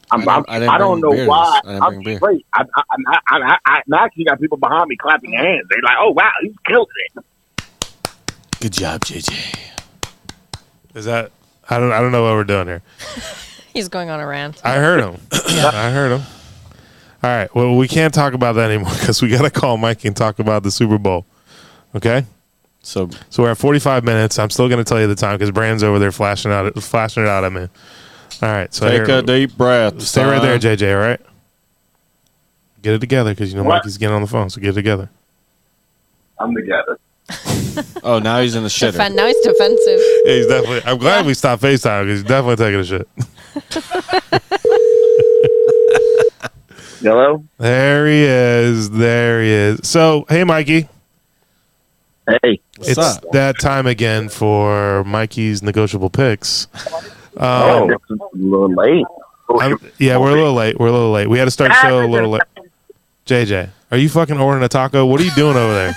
Speaker 4: I'm,
Speaker 3: I
Speaker 4: I'm,
Speaker 3: don't- I
Speaker 4: I,
Speaker 3: didn't
Speaker 4: don't
Speaker 3: bring
Speaker 4: know
Speaker 3: beers.
Speaker 4: why.
Speaker 3: I didn't
Speaker 4: I'm
Speaker 3: bring beer.
Speaker 4: straight. I, I, I, I, I, I actually got people behind me clapping their hands. They're like, "Oh wow, he's killing it."
Speaker 3: Good job, JJ.
Speaker 1: Is that I don't I don't know what we're doing here.
Speaker 2: He's going on a rant.
Speaker 1: I heard him. I heard him. All right. Well, we can't talk about that anymore because we got to call Mike and talk about the Super Bowl. Okay.
Speaker 3: So
Speaker 1: So we're at 45 minutes. I'm still going to tell you the time because Brand's over there flashing out, flashing it out at me. All right. So
Speaker 3: take
Speaker 1: here-
Speaker 3: a deep breath.
Speaker 1: stay right there,
Speaker 3: son.
Speaker 1: JJ. All right. Get it together because you know
Speaker 4: What?
Speaker 1: Mikey's getting on the phone. So get it together.
Speaker 4: I'm together.
Speaker 3: Oh, now he's in the shitter.
Speaker 2: Defen- now he's defensive.
Speaker 1: Yeah, he's definitely. I'm glad we stopped Facetime because he's definitely taking a shit.
Speaker 4: Hello.
Speaker 1: There he is. There he is. So hey, Mikey.
Speaker 4: Hey.
Speaker 3: What's
Speaker 1: it's
Speaker 3: up?
Speaker 1: that time again for Mikey's negotiable picks.
Speaker 4: Oh,
Speaker 1: Um,
Speaker 4: it's a little late.
Speaker 1: I'm- yeah, we're a little late. We're a little late. We had to start the show a little late. JJ, are you fucking ordering a taco? What are you doing over there?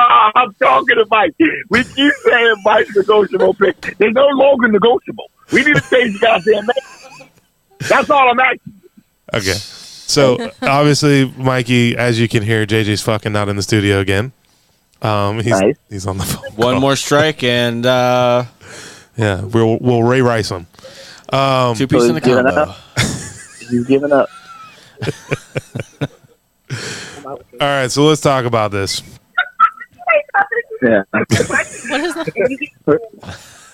Speaker 4: Ah, I'm talking to Mike. We keep saying Mike's negotiable pick. They're no longer negotiable. We need to change the goddamn name. That's all I'm asking.
Speaker 1: Okay. So obviously, Mikey, as you can hear, JJ's fucking not in the studio again. Um, he's
Speaker 4: Nice.
Speaker 1: he's on the phone.
Speaker 3: One
Speaker 1: call.
Speaker 3: more strike and uh,
Speaker 1: Yeah, we'll we'll Ray Rice him. Um,
Speaker 3: two piece in the
Speaker 4: he's giving
Speaker 3: combo.
Speaker 4: up? He's giving up.
Speaker 1: all right, so let's talk about this.
Speaker 4: Yeah.
Speaker 2: What is that?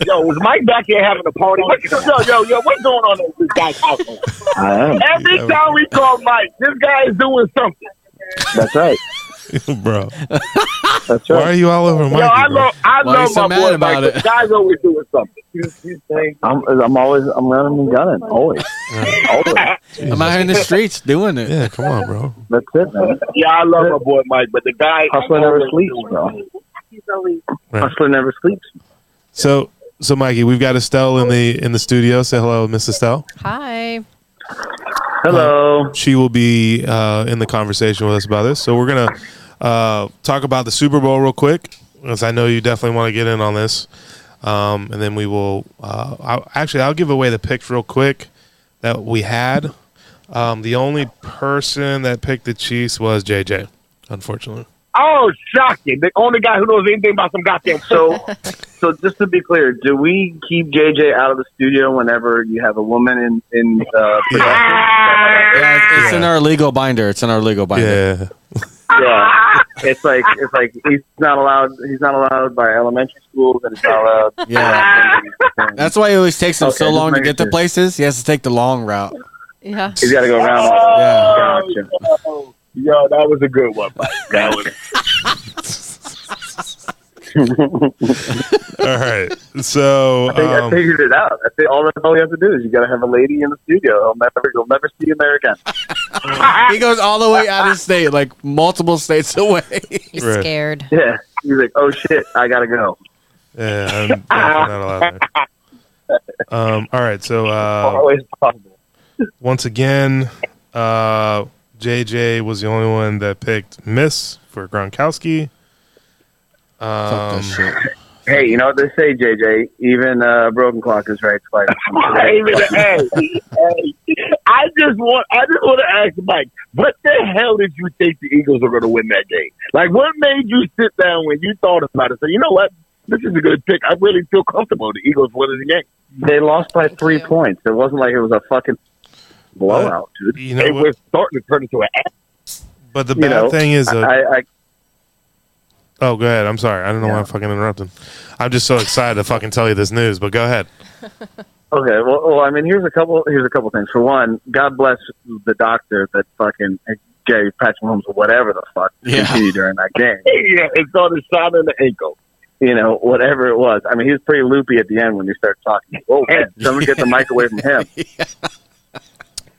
Speaker 4: Yo, was Mike back here having a party? What, yo, yo, yo, what's going on in this guy's house?
Speaker 5: I am.
Speaker 4: Every time we call Mike, this guy is doing something.
Speaker 5: That's right.
Speaker 1: bro,
Speaker 5: That's
Speaker 1: why
Speaker 5: right.
Speaker 1: are you all over Mikey?
Speaker 4: yo, I
Speaker 1: bro?
Speaker 4: love, I
Speaker 3: Why you
Speaker 4: love
Speaker 3: so
Speaker 4: my
Speaker 3: mad
Speaker 4: boy
Speaker 3: about
Speaker 4: Mike.
Speaker 3: it?
Speaker 4: But the guy's always doing something. He's, he's saying,
Speaker 5: I'm, I'm always I'm running and gunning. Always. Always.
Speaker 3: I'm out here in the streets doing it.
Speaker 1: Yeah, come on, bro.
Speaker 5: That's it, man.
Speaker 4: yeah, I love my boy Mike, but the guy
Speaker 5: Hustler never sleeps, bro.
Speaker 1: Right.
Speaker 5: Hustler never sleeps.
Speaker 1: So so Mikey, we've got Estelle in the in the studio. Say hello, Miss Estelle.
Speaker 2: Hi.
Speaker 5: Hello.
Speaker 1: She will be uh, in the conversation with us about this. So we're gonna uh, talk about the Super Bowl real quick, because I know you definitely want to get in on this. Um, and then we will uh, I'll, actually I'll give away the picks real quick that we had. Um, the only person that picked the Chiefs was JJ, unfortunately.
Speaker 4: Oh, shocking. The only guy who knows anything about some goddamn
Speaker 5: So, so just to be clear, do we keep JJ out of the studio whenever you have a woman in in uh, production?
Speaker 3: Yeah, it's- it's
Speaker 1: Yeah.
Speaker 3: in our legal binder. It's in our legal binder.
Speaker 1: Yeah,
Speaker 5: Yeah. It's like it's like he's not allowed. He's not allowed by elementary schools, and it's not allowed.
Speaker 3: Yeah. That's why it always takes him
Speaker 5: Okay,
Speaker 3: so
Speaker 5: just
Speaker 3: long to
Speaker 5: making
Speaker 3: get to
Speaker 5: sure.
Speaker 3: places. He has to take the long route.
Speaker 2: Yeah.
Speaker 5: He's got to go around. all
Speaker 3: Yeah.
Speaker 5: Gotcha.
Speaker 4: Yo, yo, that was a good one, Mike. That was
Speaker 1: all right. So
Speaker 5: I, think I
Speaker 1: um,
Speaker 5: figured it out. I think all that's all you have to do is you got to have a lady in the studio. I'll never, you'll never see him there again.
Speaker 3: He goes all the way out of state, like multiple states away.
Speaker 2: He's
Speaker 1: Right.
Speaker 2: scared.
Speaker 5: Yeah, he's like, oh shit, I gotta go.
Speaker 1: yeah, I'm definitely not allowed there. Um, all right, so uh,
Speaker 5: Always possible.
Speaker 1: once again, uh, JJ was the only one that picked Miss for Gronkowski.
Speaker 3: Fuck
Speaker 1: Um,
Speaker 3: this shit.
Speaker 5: Hey, you know what they say, JJ? Even uh, broken clock is right twice.
Speaker 4: Hey, man, hey, hey. I just want I just want to ask Mike, what the hell did you think the Eagles were going to win that game? Like, what made you sit down when you thought about it? Say, you know what, this is a good pick. I really feel comfortable. The Eagles winning the game.
Speaker 5: They lost by three points. It wasn't like it was a fucking
Speaker 1: Uh,
Speaker 5: blowout, dude.
Speaker 1: you
Speaker 4: They
Speaker 1: know,
Speaker 4: it
Speaker 1: what,
Speaker 4: was starting to turn into an ass.
Speaker 1: but the
Speaker 5: you
Speaker 1: bad
Speaker 5: know,
Speaker 1: thing is, uh,
Speaker 5: I, I
Speaker 1: oh, go ahead. I'm sorry, I don't know why I'm fucking interrupting. I'm just so excited to fucking tell you this news, but go ahead.
Speaker 5: Okay, well, well, I mean, here's a couple. Here's a couple things. For one, God bless the doctor that fucking Gary Patrick Mahomes or whatever the fuck
Speaker 3: Yeah.
Speaker 5: continued during that game.
Speaker 4: Yeah, it started shot in the ankle.
Speaker 5: You know, whatever it was. I mean, he was pretty loopy at the end when he started talking. Oh, man, someone get the mic away from him.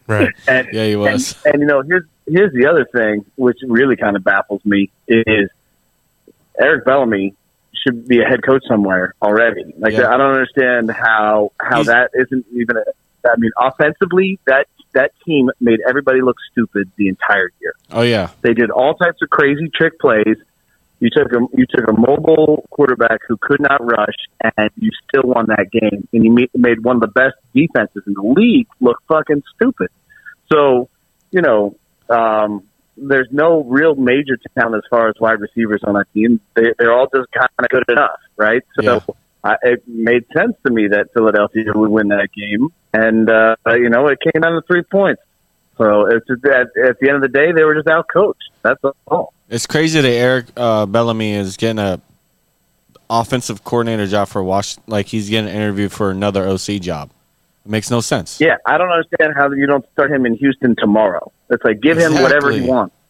Speaker 1: Right.
Speaker 5: And
Speaker 3: Yeah, he was.
Speaker 5: And, and you know, here's here's the other thing which really kind of baffles me is Eric Bellamy should be a head coach somewhere already. Like
Speaker 3: Yeah.
Speaker 5: I don't understand how how
Speaker 3: He's-
Speaker 5: that isn't even. A, I mean, offensively, that that team made everybody look stupid the entire year.
Speaker 3: Oh yeah,
Speaker 5: They did all types of crazy trick plays. You took a you took a mobile quarterback who could not rush, and you still won that game. And you ma- made one of the best defenses in the league look fucking stupid. So, you know, um, there's no real major town as far as wide receivers on that team. They, they're all just kind of good enough, right? So,
Speaker 3: Yeah.
Speaker 5: I, it made sense to me that Philadelphia would win that game, and uh, you know, it came down to three points. So it's just that at the end of the day, they were just out coached. That's all.
Speaker 3: it's crazy that Eric uh, Bellamy is getting a offensive coordinator job for Wash. Like he's getting an interview for another OC job. It makes no sense.
Speaker 5: Yeah, I don't understand how you don't start him in Houston tomorrow. It's like give him whatever he
Speaker 3: Exactly.
Speaker 5: wants.
Speaker 1: Uh,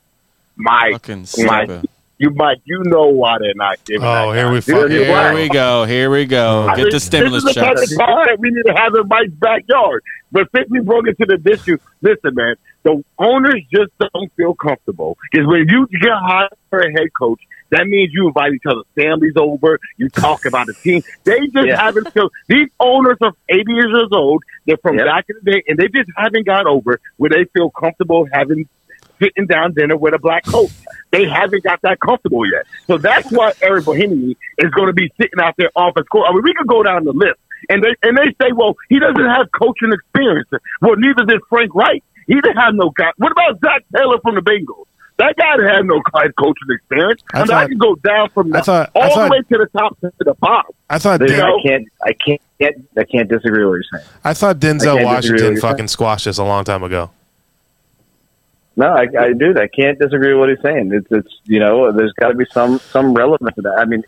Speaker 4: Mike,
Speaker 3: Fucking
Speaker 4: Mike,
Speaker 3: stupid.
Speaker 4: you Mike, you know why they're not giving.
Speaker 1: Oh,
Speaker 4: that
Speaker 1: here
Speaker 4: guy.
Speaker 1: we
Speaker 5: Dude,
Speaker 1: fucking
Speaker 5: you're
Speaker 3: Here
Speaker 5: Why?
Speaker 3: we go. Here we go.
Speaker 4: I
Speaker 3: Oh, Get
Speaker 4: mean,
Speaker 3: the stimulus
Speaker 4: This is the
Speaker 3: checks.
Speaker 4: type of car that we need to have in Mike's backyard. But since we broke into the issue, listen, man, the owners just don't feel comfortable. Because when you get hired for a head coach, that means you invite each other's families over. You talk about the team. They just
Speaker 5: Yeah.
Speaker 4: haven't. So these owners of 80 years old, they're from
Speaker 5: Yep.
Speaker 4: back in the day, and they just haven't got over where they feel comfortable having sitting down dinner with a black coach. They haven't got that comfortable yet. So that's why Eric Bohemian is going to be sitting out there offense coach. I mean, we could go down the list, and they and they say, well, he doesn't have coaching experience. Well, neither did Frank Wright. He didn't have no guy. What about Zach Taylor from the Bengals? That guy didn't have no kind of coaching experience.
Speaker 1: I
Speaker 4: I, mean, I
Speaker 1: thought-
Speaker 4: can go down from
Speaker 1: I
Speaker 4: the,
Speaker 1: thought- I
Speaker 4: all
Speaker 1: thought-
Speaker 4: the way to the top to the bottom.
Speaker 1: I thought
Speaker 4: There
Speaker 5: Dude,
Speaker 4: you
Speaker 1: Den-
Speaker 4: go.
Speaker 5: I can't. I can't. I can't disagree with what you're saying.
Speaker 1: I thought Denzel
Speaker 5: disagree with
Speaker 1: Washington
Speaker 5: you.
Speaker 1: fucking squashed this a long time ago.
Speaker 5: No, I, I do. I can't disagree with what he's saying. It's, it's you know, there's got to be some some relevance to that. I mean,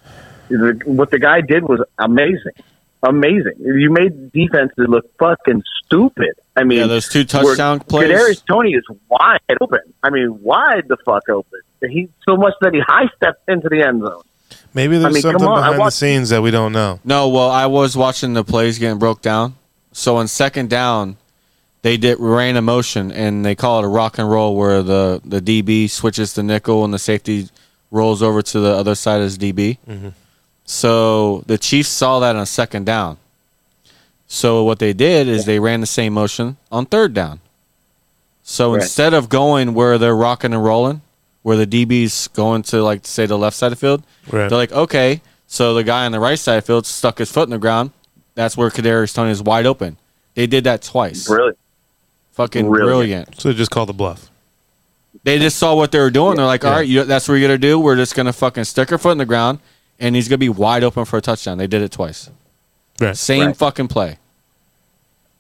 Speaker 5: the, what the guy did was amazing, amazing. You made defenses look fucking stupid. I mean,
Speaker 3: Yeah, those two
Speaker 5: where
Speaker 3: touchdown plays.
Speaker 5: Kadarius Tony is wide open. I mean, wide the fuck open. He so much that he high steps into the end zone.
Speaker 1: Maybe there's
Speaker 5: I mean, come
Speaker 1: something
Speaker 5: on, I
Speaker 1: behind the
Speaker 5: watched-
Speaker 1: scenes that we don't know.
Speaker 3: No, well, I was watching the plays getting broke down. So on second down, they did ran a motion and they call it a rock and roll where the the DB switches to nickel and the safety rolls over to the other side as DB. So the Chiefs saw that on second down. So what they did is they ran the same motion on third down. So
Speaker 5: Right.
Speaker 3: instead of going where they're rocking and rolling, where the DB's going to like say the left side of the field,
Speaker 1: Right.
Speaker 3: they're like, okay, so the guy on the right side of the field stuck his foot in the ground. That's where Kadarius Tony is wide open. They did that twice.
Speaker 5: Brilliant.
Speaker 3: Fucking brilliant.
Speaker 5: Brilliant.
Speaker 1: So just call the bluff.
Speaker 3: They just saw what they were doing. They're like, all
Speaker 1: Yeah.
Speaker 3: right, you, that's what we're gonna do. We're just gonna fucking stick our foot in the ground, and he's gonna be wide open for a touchdown. They did it twice.
Speaker 1: Right.
Speaker 3: Same
Speaker 5: Right.
Speaker 3: fucking play.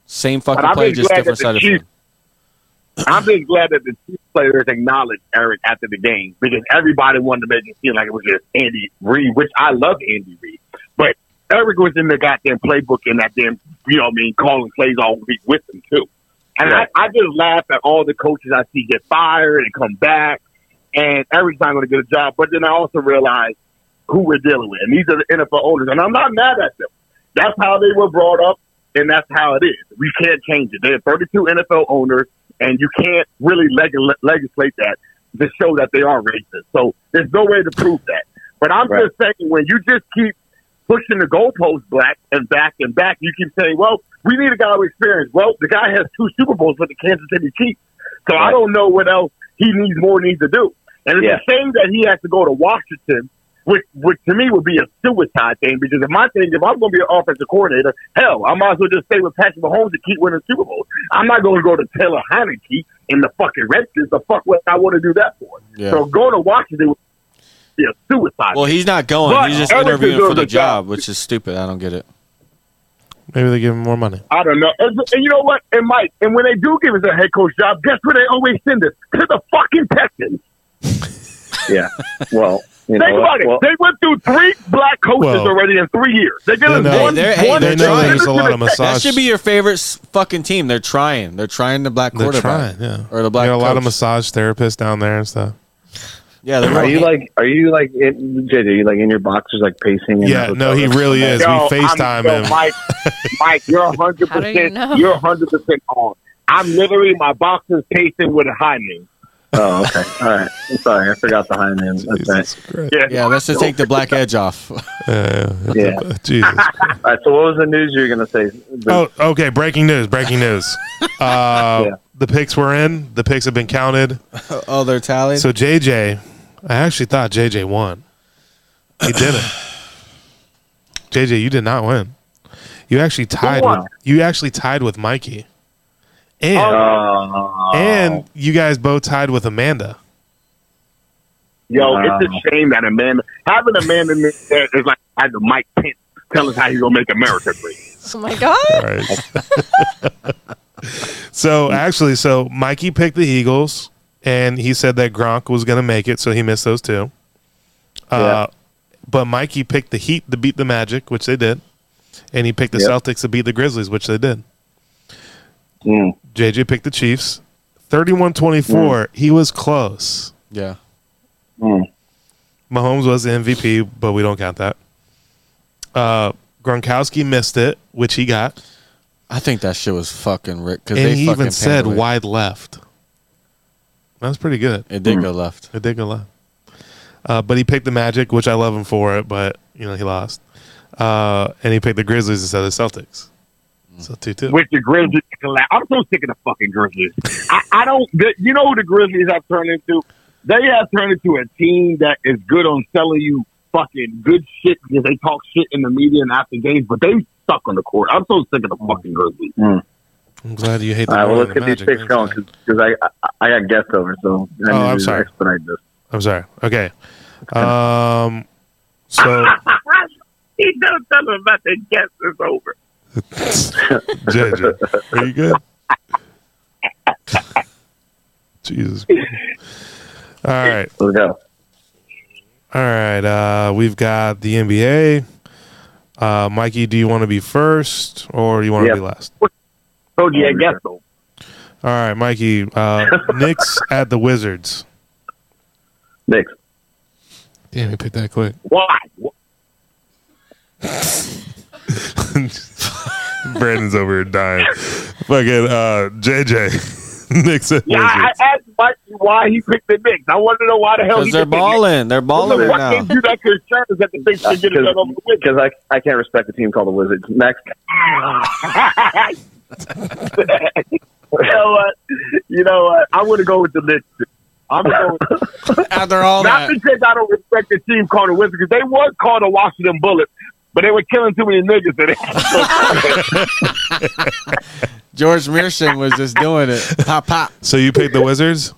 Speaker 3: Same
Speaker 4: But
Speaker 3: fucking
Speaker 4: I've
Speaker 3: play,
Speaker 4: been
Speaker 3: just
Speaker 4: glad
Speaker 3: different
Speaker 4: that the
Speaker 3: side of the
Speaker 4: Chiefs-
Speaker 3: field.
Speaker 4: I'm just glad that the Chiefs players acknowledged Eric after the game because everybody wanted to make it seem like it was just Andy Reid, which I love Andy Reid. But Eric was in the goddamn playbook and that damn, you know what I mean, calling plays all week with them too. And I, I just laugh at all the coaches I see get fired and come back and Eric's not going to get a job. But then I also realize who we're dealing with. And these are the NFL owners. And I'm not mad at them. That's how they were brought up and that's how it is. We can't change it. There are 32 NFL owners and you can't really leg- legislate that to show that they are racist. So there's no way to prove that. But I'm
Speaker 5: Right.
Speaker 4: just saying, when you just keep pushing the goalpost back and back and back, you keep saying, "Well, we need a guy with experience." Well, the guy has two Super Bowls with the Kansas City Chiefs, so I
Speaker 5: Right.
Speaker 4: don't know what else he needs more needs to do. And it's
Speaker 5: Yeah.
Speaker 4: a shame that he has to go to Washington, which, which to me would be a suicide thing. Because if my thing, if I'm going to be an offensive coordinator, hell, I might as well just stay with Patrick Mahomes and keep winning Super Bowls. I'm not going to go to Taylor Heineke in the fucking Redskins. The fuck what I want to do that for?
Speaker 3: Yeah.
Speaker 4: So go to Washington would be a suicide.
Speaker 3: Well, he's not going.
Speaker 4: But
Speaker 3: he's just
Speaker 4: Eric
Speaker 3: interviewing
Speaker 4: deserves
Speaker 3: for the
Speaker 4: a job.
Speaker 3: job, which is stupid. I don't get it.
Speaker 1: Maybe they give him more money.
Speaker 4: I don't know. And, and you know what? And Mike, and when they do give us a head coach job, guess where they always send us? To the fucking Texans.
Speaker 5: Yeah. Well, you know,
Speaker 4: Think about it.
Speaker 5: well,
Speaker 4: they went through three black coaches
Speaker 1: Well,
Speaker 4: already in three years. They did us
Speaker 1: know-
Speaker 4: one.
Speaker 3: They're- hey,
Speaker 4: one
Speaker 3: they're
Speaker 1: They know
Speaker 3: trying.
Speaker 1: there's a lot of
Speaker 3: That
Speaker 1: massage.
Speaker 3: should be your favorite s- fucking team. They're trying. They're trying the black
Speaker 1: They're trying,
Speaker 3: quarterback.
Speaker 1: yeah.
Speaker 3: Or the black
Speaker 1: They got a lot of
Speaker 3: coach.
Speaker 1: massage therapists down there and stuff.
Speaker 3: Yeah, they're
Speaker 5: are you
Speaker 3: right.
Speaker 5: like are you like in, JJ? Are you like in your boxers like pacing? in
Speaker 1: Yeah,
Speaker 5: the
Speaker 1: no,
Speaker 5: hotel
Speaker 1: he
Speaker 5: room?
Speaker 1: really is. We
Speaker 4: Yo, I'm-
Speaker 1: FaceTime
Speaker 4: yo,
Speaker 1: him.
Speaker 4: Mike, Mike, you're 100.
Speaker 2: How do you know?
Speaker 4: percent You're 100 percent on. I'm literally my boxer's pacing with a high knee.
Speaker 5: Oh, okay. All right. I'm sorry. I forgot the high name. That's right.
Speaker 1: Jesus Christ.
Speaker 4: Yeah.
Speaker 3: Yeah, let's just take the black edge off.
Speaker 1: Uh,
Speaker 5: Yeah.
Speaker 1: Jesus.
Speaker 5: All right. So, what was the news you were going to say?
Speaker 1: Oh, okay. Breaking news. Breaking news. Uh, The picks were in. The picks have been counted.
Speaker 3: oh, they're tallied.
Speaker 1: So JJ, I actually thought JJ won. He didn't. JJ, you did not win. You actually tied.
Speaker 5: won?
Speaker 1: With, you actually tied with Mikey, and
Speaker 5: Oh.
Speaker 1: and you guys both tied with Amanda.
Speaker 4: Yo,
Speaker 5: Wow.
Speaker 4: it's a shame that a man having a man in there is like having Mike Pence tell us how he's gonna make America great.
Speaker 2: Oh my god.
Speaker 1: All right. so actually, so Mikey picked the Eagles, and he said that Gronk was going to make it, so he missed those two. Uh, But Mikey picked the Heat to beat the Magic, which they did, and he picked the
Speaker 5: Yep.
Speaker 1: Celtics to beat the Grizzlies, which they did.
Speaker 5: Mm.
Speaker 1: JJ picked the Chiefs. 31 24, he was close.
Speaker 3: yeah.
Speaker 1: Mahomes was the MVP, but we don't count that. Uh, Gronkowski missed it, which he got.
Speaker 3: I think that shit was fucking Rick. Cause
Speaker 1: and
Speaker 3: they
Speaker 1: he
Speaker 3: fucking
Speaker 1: even said
Speaker 3: panned away.
Speaker 1: wide left. That was pretty good.
Speaker 3: It did go left.
Speaker 1: It did go left. Uh, but he picked the Magic, which I love him for it, but you know he lost. Uh, and he picked the Grizzlies instead of the Celtics.
Speaker 5: Mm.
Speaker 1: So two two.
Speaker 4: With the Grizzlies, I'm so sick of the fucking Grizzlies. I, I don't. The, you know who the Grizzlies have turned into? They have turned into a team that is good on selling you fucking good shit because they talk shit in the media and after games, but they suck on the court. I'm so sick of the fucking Grizzlies.
Speaker 1: I'm glad you hate oh, the,
Speaker 5: All right. Well,
Speaker 1: Warriors
Speaker 5: let's
Speaker 1: and
Speaker 5: get these
Speaker 1: Magic.
Speaker 5: picks
Speaker 1: Thanks,
Speaker 5: going
Speaker 1: man.
Speaker 5: because I, I I got guests over, so I
Speaker 1: Oh,
Speaker 5: need
Speaker 1: I'm
Speaker 5: to
Speaker 1: sorry.
Speaker 5: expedite this.
Speaker 1: I'm sorry. Okay. Um, so
Speaker 4: He don't tell them about the guest is over.
Speaker 1: JJ, are you good? Jesus. All right.
Speaker 5: Let's go.
Speaker 1: All right, uh, we've got the NBA. Uh, Mikey, do you want to be first or do you want to
Speaker 5: Yeah.
Speaker 1: be last?
Speaker 4: Told you a guest over.
Speaker 1: All right, Mikey. Uh, Knicks at the Wizards.
Speaker 5: Next.
Speaker 1: Damn, he picked that quick.
Speaker 4: Why?
Speaker 1: Brandon's over here dying. Fucking uh, JJ. Knicks at
Speaker 4: Yeah, I,
Speaker 1: Wizards.
Speaker 4: I asked Mike why he picked the Knicks. I want to know why the hell he
Speaker 3: Because they're
Speaker 4: picked the
Speaker 3: balling. They're
Speaker 4: Knicks.
Speaker 3: balling
Speaker 4: What
Speaker 3: right
Speaker 4: gives
Speaker 3: now.
Speaker 4: you that concern is that the Knicks should get it done over the Wizards?
Speaker 5: Because I, I can't respect a team called the Wizards. Next.
Speaker 4: you know what? You know what? I'm gonna go with the Knicks. I'm going
Speaker 3: After all
Speaker 4: not
Speaker 3: that,
Speaker 4: because I don't respect the team called the Wizards because they was called the Washington Bullets, but they were killing too many niggas. in it.
Speaker 3: George Mearson was just doing it. Pop, pop.
Speaker 1: So you picked the Wizards?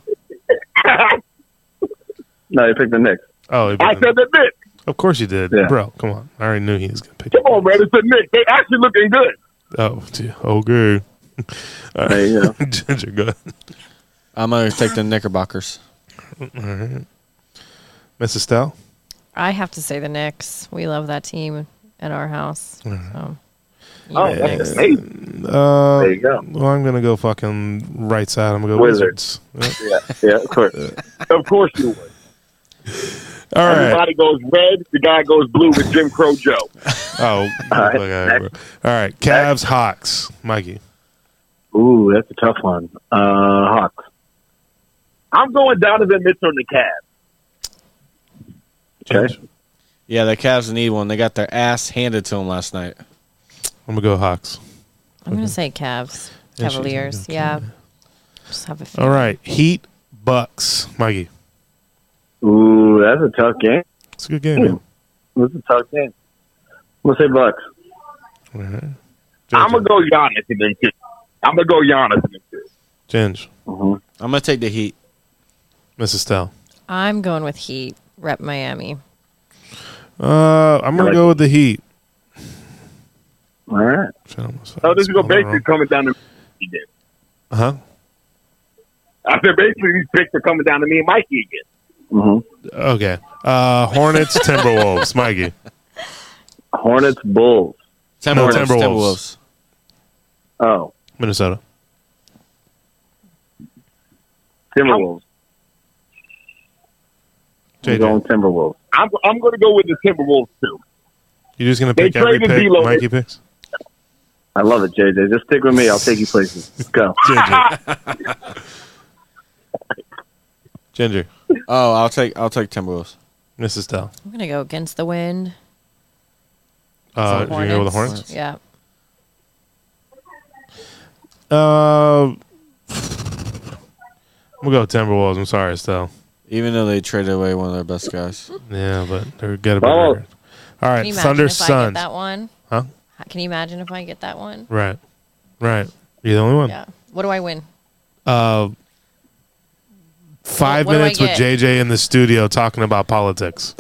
Speaker 5: No, you picked the Knicks.
Speaker 1: Oh, he picked
Speaker 4: I
Speaker 1: the-
Speaker 4: said the Knicks.
Speaker 1: of course you did.
Speaker 5: Yeah.
Speaker 1: Bro, come on. I already knew he was going to pick
Speaker 4: Come on, man, it's the Knicks. They actually looking good.
Speaker 1: Oh, gee. okay. Uh,
Speaker 5: There you go.
Speaker 1: Ginger, go ahead.
Speaker 3: I'm going to take the Knickerbockers.
Speaker 1: Miss Estelle?
Speaker 2: I have to say the Knicks. We love that team at our house.
Speaker 1: Mm-hmm.
Speaker 2: So.
Speaker 4: Oh,
Speaker 2: Yeah,
Speaker 4: that's
Speaker 2: Knicks.
Speaker 4: amazing.
Speaker 1: Uh,
Speaker 5: There you go.
Speaker 1: Well, I'm gonna go fucking right side. I'm gonna go Wizards.
Speaker 5: Wizards. Yeah, yeah, of course.
Speaker 4: Of course you would.
Speaker 1: Yeah. All right.
Speaker 4: Everybody goes red. The guy goes blue with Jim Crow Joe.
Speaker 1: Oh,
Speaker 5: All right.
Speaker 1: look at it, bro. All right. Cavs, Hawks, Mikey.
Speaker 5: Ooh, that's a tough one. Uh, Hawks.
Speaker 4: I'm going Donovan Mitchell and the Cavs.
Speaker 5: Okay.
Speaker 3: Yeah, the Cavs need one. They got their ass handed to them last night.
Speaker 1: I'm gonna go Hawks.
Speaker 2: I'm gonna say Cavs,
Speaker 1: Yeah, she's gonna
Speaker 2: Cavaliers.
Speaker 1: go
Speaker 2: Yeah, just have a few.
Speaker 1: All right. Heat, Bucks, Mikey.
Speaker 5: Ooh, that's a tough game.
Speaker 1: It's a good game. Man.
Speaker 5: That's a tough game. We'll say Bucks.
Speaker 1: All right.
Speaker 4: I'm gonna Hmm. go Giannis in them two. I'm gonna go Giannis in them two.
Speaker 1: Ginge,
Speaker 3: I'm going to take the Heat.
Speaker 1: Miss Estelle.
Speaker 2: I'm going with Heat. Rep Miami.
Speaker 1: Uh, I'm gonna
Speaker 5: like-
Speaker 1: go with the Heat.
Speaker 5: All right.
Speaker 4: So Oh, this is
Speaker 1: go
Speaker 4: gonna basically coming down to me again.
Speaker 1: Huh?
Speaker 4: I said basically these picks are coming down to me and Mikey again.
Speaker 5: Mm-hmm.
Speaker 1: Okay. Uh, Hornets, Timberwolves, Mikey.
Speaker 5: Hornets, Bulls.
Speaker 3: Timberwolves.
Speaker 1: Timberwolves.
Speaker 3: Timberwolves.
Speaker 5: Oh,
Speaker 1: Minnesota.
Speaker 5: Timberwolves. I'm
Speaker 1: JJ.
Speaker 5: going Timberwolves.
Speaker 4: I'm I'm gonna go with the Timberwolves too.
Speaker 1: You're just gonna
Speaker 4: They
Speaker 1: pick every
Speaker 4: traded
Speaker 1: pick
Speaker 4: D'Lo.
Speaker 1: Mikey picks?
Speaker 5: I love it, JJ. Just stick with me. I'll take you places. Let's go.
Speaker 1: Ginger. Ginger,
Speaker 3: Oh, I'll take I'll take Timberwolves.
Speaker 1: Mrs. Dell.
Speaker 2: I'm gonna go against the wind.
Speaker 1: Uh,
Speaker 2: So
Speaker 1: you go with the Hornets.
Speaker 2: Yeah.
Speaker 1: Uh, we'll go Timberwolves. I'm sorry, Estelle.
Speaker 3: Even though they traded away one of their best guys.
Speaker 1: Yeah, but they're good about
Speaker 5: Well-
Speaker 1: record. All
Speaker 2: Can
Speaker 1: right,
Speaker 2: you imagine
Speaker 1: Thunder
Speaker 2: if I get
Speaker 1: Suns.
Speaker 2: that one?
Speaker 1: Huh?
Speaker 2: Can you imagine if I get that one?
Speaker 1: Right, right. You're the only one.
Speaker 2: Yeah. What do I win?
Speaker 1: Uh, five
Speaker 2: What- what do I
Speaker 1: minutes with
Speaker 2: get?
Speaker 1: JJ in the studio talking about politics.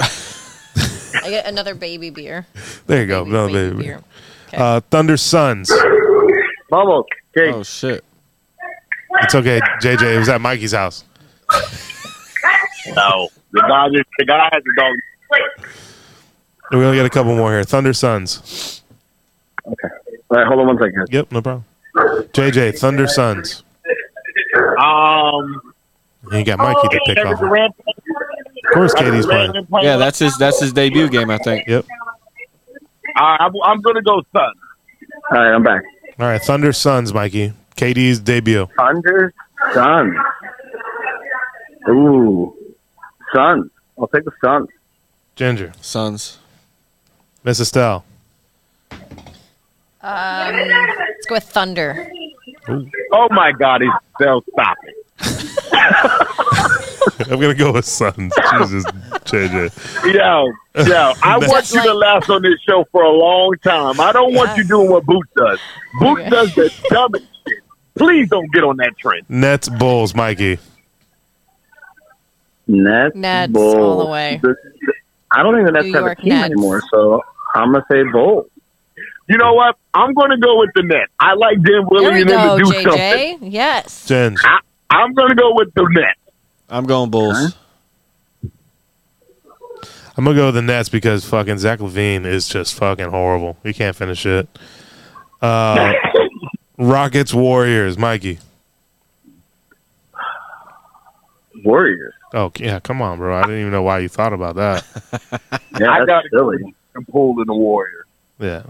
Speaker 2: I get another baby beer.
Speaker 1: There you go.
Speaker 2: Baby,
Speaker 1: no,
Speaker 2: baby
Speaker 1: baby.
Speaker 2: beer.
Speaker 1: Uh, Thunder Suns.
Speaker 5: Bubble. Jake.
Speaker 3: Oh shit.
Speaker 1: It's okay, JJ. It was at Mikey's house.
Speaker 4: No, the Dodgers. The guy has a dog.
Speaker 1: We only got a couple more here. Thunder Suns.
Speaker 5: All right, hold on one second.
Speaker 1: Yep, no problem. JJ, Thunder Suns.
Speaker 4: Um,
Speaker 1: And you got Mikey to pick off.
Speaker 4: Kevin
Speaker 1: Of
Speaker 4: Durant.
Speaker 1: course, Katie's
Speaker 4: Durant
Speaker 1: playing.
Speaker 4: been playing
Speaker 3: Yeah, that's his that's his debut game, I think.
Speaker 1: Yep.
Speaker 4: I, I'm, I'm gonna go Sun.
Speaker 5: All right, I'm back.
Speaker 1: All right, Thunder Suns, Mikey. KD's debut.
Speaker 5: Thunder Suns. Ooh. Suns. I'll take the Suns.
Speaker 1: Ginger.
Speaker 3: Suns.
Speaker 1: Miss Estelle.
Speaker 2: Um, let's go with Thunder.
Speaker 4: Oh my God, he's still stopping.
Speaker 1: I'm gonna go with Suns. Jesus, JJ.
Speaker 4: Yo, yo, I want you to last on this show for a long time. I don't want you doing what Boots does. Boots
Speaker 2: Okay.
Speaker 4: does the dumbest shit. Please don't get on that trend.
Speaker 1: Nets, Bulls, Mikey.
Speaker 5: Nets.
Speaker 2: Nets
Speaker 5: Bulls.
Speaker 2: all the way.
Speaker 5: The- the- I don't think the Nets
Speaker 2: New
Speaker 5: have
Speaker 2: York
Speaker 5: a team
Speaker 2: Nets.
Speaker 5: anymore, so I'm gonna say Bulls.
Speaker 4: You know what? I'm going to go with the net. I like Dan
Speaker 2: There
Speaker 4: Willie
Speaker 2: we
Speaker 4: and them
Speaker 2: go,
Speaker 4: to do
Speaker 2: JJ.
Speaker 4: something.
Speaker 2: Yes.
Speaker 1: Ginge.
Speaker 4: I'm going to go with the net.
Speaker 3: I'm going Bulls.
Speaker 1: I'm gonna go with the Nets because fucking Zach Levine is just fucking horrible. He can't finish it. Uh, Rockets, Warriors, Mikey.
Speaker 5: Warriors.
Speaker 1: Oh yeah, come on, bro. I didn't even know why you thought about that.
Speaker 5: Yeah,
Speaker 4: I
Speaker 5: that's
Speaker 4: gotta
Speaker 5: silly.
Speaker 4: I'm pulling the Warriors.
Speaker 1: Yeah.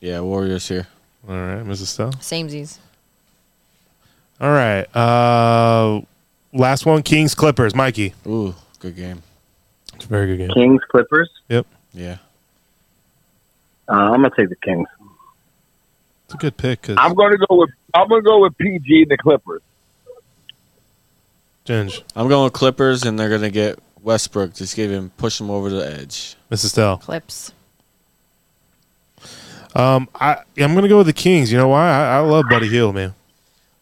Speaker 3: Yeah, Warriors here.
Speaker 1: All right, Mrs. Estelle.
Speaker 2: Samesies.
Speaker 1: All right. Uh, last one, Kings, Clippers, Mikey.
Speaker 3: Ooh, good game.
Speaker 1: It's a very good game.
Speaker 5: Kings, Clippers.
Speaker 3: Yeah.
Speaker 5: Uh, I'm gonna take the Kings.
Speaker 1: It's a good pick. Cause
Speaker 4: I'm going to go with I'm going to go with PG and the Clippers.
Speaker 1: Ginge,
Speaker 3: I'm going with Clippers and they're gonna get Westbrook. Just give him push him over the edge.
Speaker 1: Mrs. Estelle.
Speaker 2: Clips.
Speaker 1: Um, I I'm gonna go with the Kings. You know why? I, I love Buddy Hill, man.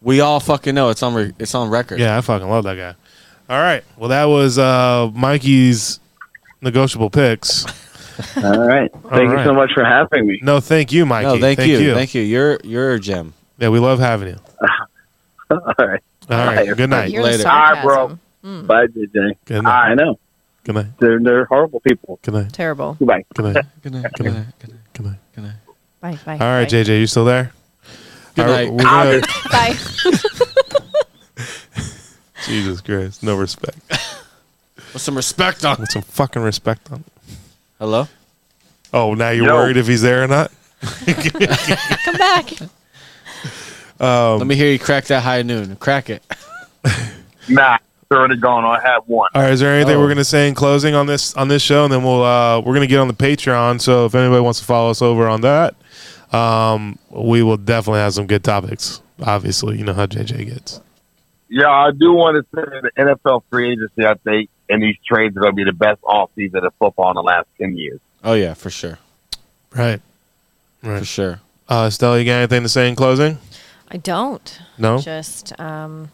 Speaker 3: We all fucking know it's on re- it's on record.
Speaker 1: Yeah, I fucking love that guy. All right, well that was uh Mikey's negotiable picks.
Speaker 5: All right. Thank you
Speaker 1: right.
Speaker 5: so much for having me.
Speaker 1: No, thank you, Mikey.
Speaker 3: No, thank, you. Thank you. You're you're a gem.
Speaker 1: Yeah, we love having you.
Speaker 5: All right.
Speaker 1: All right, good night.
Speaker 2: You're
Speaker 3: Later.
Speaker 2: the
Speaker 5: All
Speaker 4: Ah,
Speaker 5: right, bro.
Speaker 2: sarcasm. Mm,
Speaker 5: Bye, JJ.
Speaker 1: Good night.
Speaker 5: I know
Speaker 1: Good night.
Speaker 5: they're they're horrible people.
Speaker 1: Good night.
Speaker 2: terrible.
Speaker 5: Goodbye.
Speaker 1: Good night.
Speaker 3: Good night.
Speaker 1: Good night.
Speaker 3: Good night.
Speaker 1: Good night.
Speaker 3: Good night.
Speaker 2: Bye. Bye.
Speaker 1: All right, JJ, you still there?
Speaker 3: Good
Speaker 1: All right,
Speaker 3: night.
Speaker 1: we're gonna-
Speaker 2: Jay. Bye.
Speaker 1: Jesus Christ, no respect.
Speaker 3: With some respect on.
Speaker 1: Put some fucking respect on.
Speaker 3: Hello.
Speaker 1: Oh, now you're
Speaker 4: Yo.
Speaker 1: worried if he's there or not?
Speaker 2: Come back.
Speaker 1: Um,
Speaker 3: Let me hear you crack that high noon. Crack it.
Speaker 4: Nah, it's already gone. I have one.
Speaker 1: All right, is there anything
Speaker 3: Oh.
Speaker 1: we're gonna say in closing on this on this show, and then we'll uh, we're gonna get on the Patreon. So if anybody wants to follow us over on that, um, we will definitely have some good topics. Obviously, you know how JJ gets.
Speaker 4: Yeah, I do want to say the NFL free agency. I think and these trades are going to be the best off season of football in the last ten years.
Speaker 3: Oh yeah, for sure.
Speaker 1: Right,
Speaker 3: For
Speaker 1: right.
Speaker 3: sure.
Speaker 1: Uh, Stella, you got anything to say in closing?
Speaker 2: I don't.
Speaker 1: No.
Speaker 2: Just um,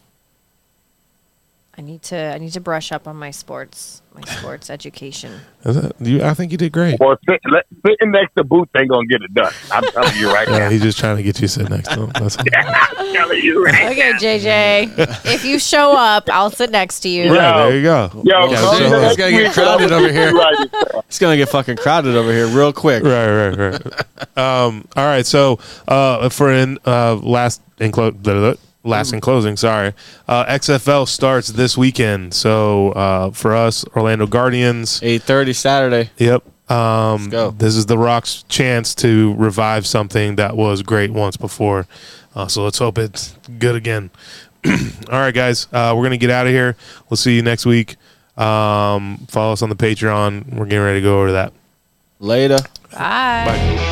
Speaker 2: I need to. I need to brush up on my sports. My sports education.
Speaker 1: Is that, you, I think you did great.
Speaker 4: Well, sit, let, sitting next to Boots ain't going to get it done. I'm telling you right
Speaker 1: Yeah,
Speaker 4: now.
Speaker 1: he's just trying to get you to sit next to him. That's right,
Speaker 4: I'm telling you right
Speaker 2: Okay, JJ. if you show up, I'll sit next to you.
Speaker 1: there you go.
Speaker 4: Yo,
Speaker 1: Yeah,
Speaker 4: come
Speaker 1: so-
Speaker 4: to
Speaker 1: it's
Speaker 4: next
Speaker 3: gonna get
Speaker 4: week,
Speaker 3: crowded
Speaker 4: I'll
Speaker 3: over
Speaker 4: see
Speaker 3: here.
Speaker 4: you right there.
Speaker 3: It's gonna get fucking crowded over here real quick.
Speaker 1: Right, right, right. um, all right. So uh, for in uh, last in clo- blah, blah, blah, last in closing, sorry. Uh, XFL starts this weekend. So uh, for us, Orlando Guardians.
Speaker 3: Eight thirty Saturday.
Speaker 1: Yep. Um,
Speaker 3: go.
Speaker 1: This is The Rock's chance to revive something that was great once before. Uh, so let's hope it's good again. All right, guys, uh, we're gonna get out of here. We'll see you next week. Um, follow us on the Patreon. We're getting ready to go over to that.
Speaker 3: Later.
Speaker 2: Bye.
Speaker 1: Bye.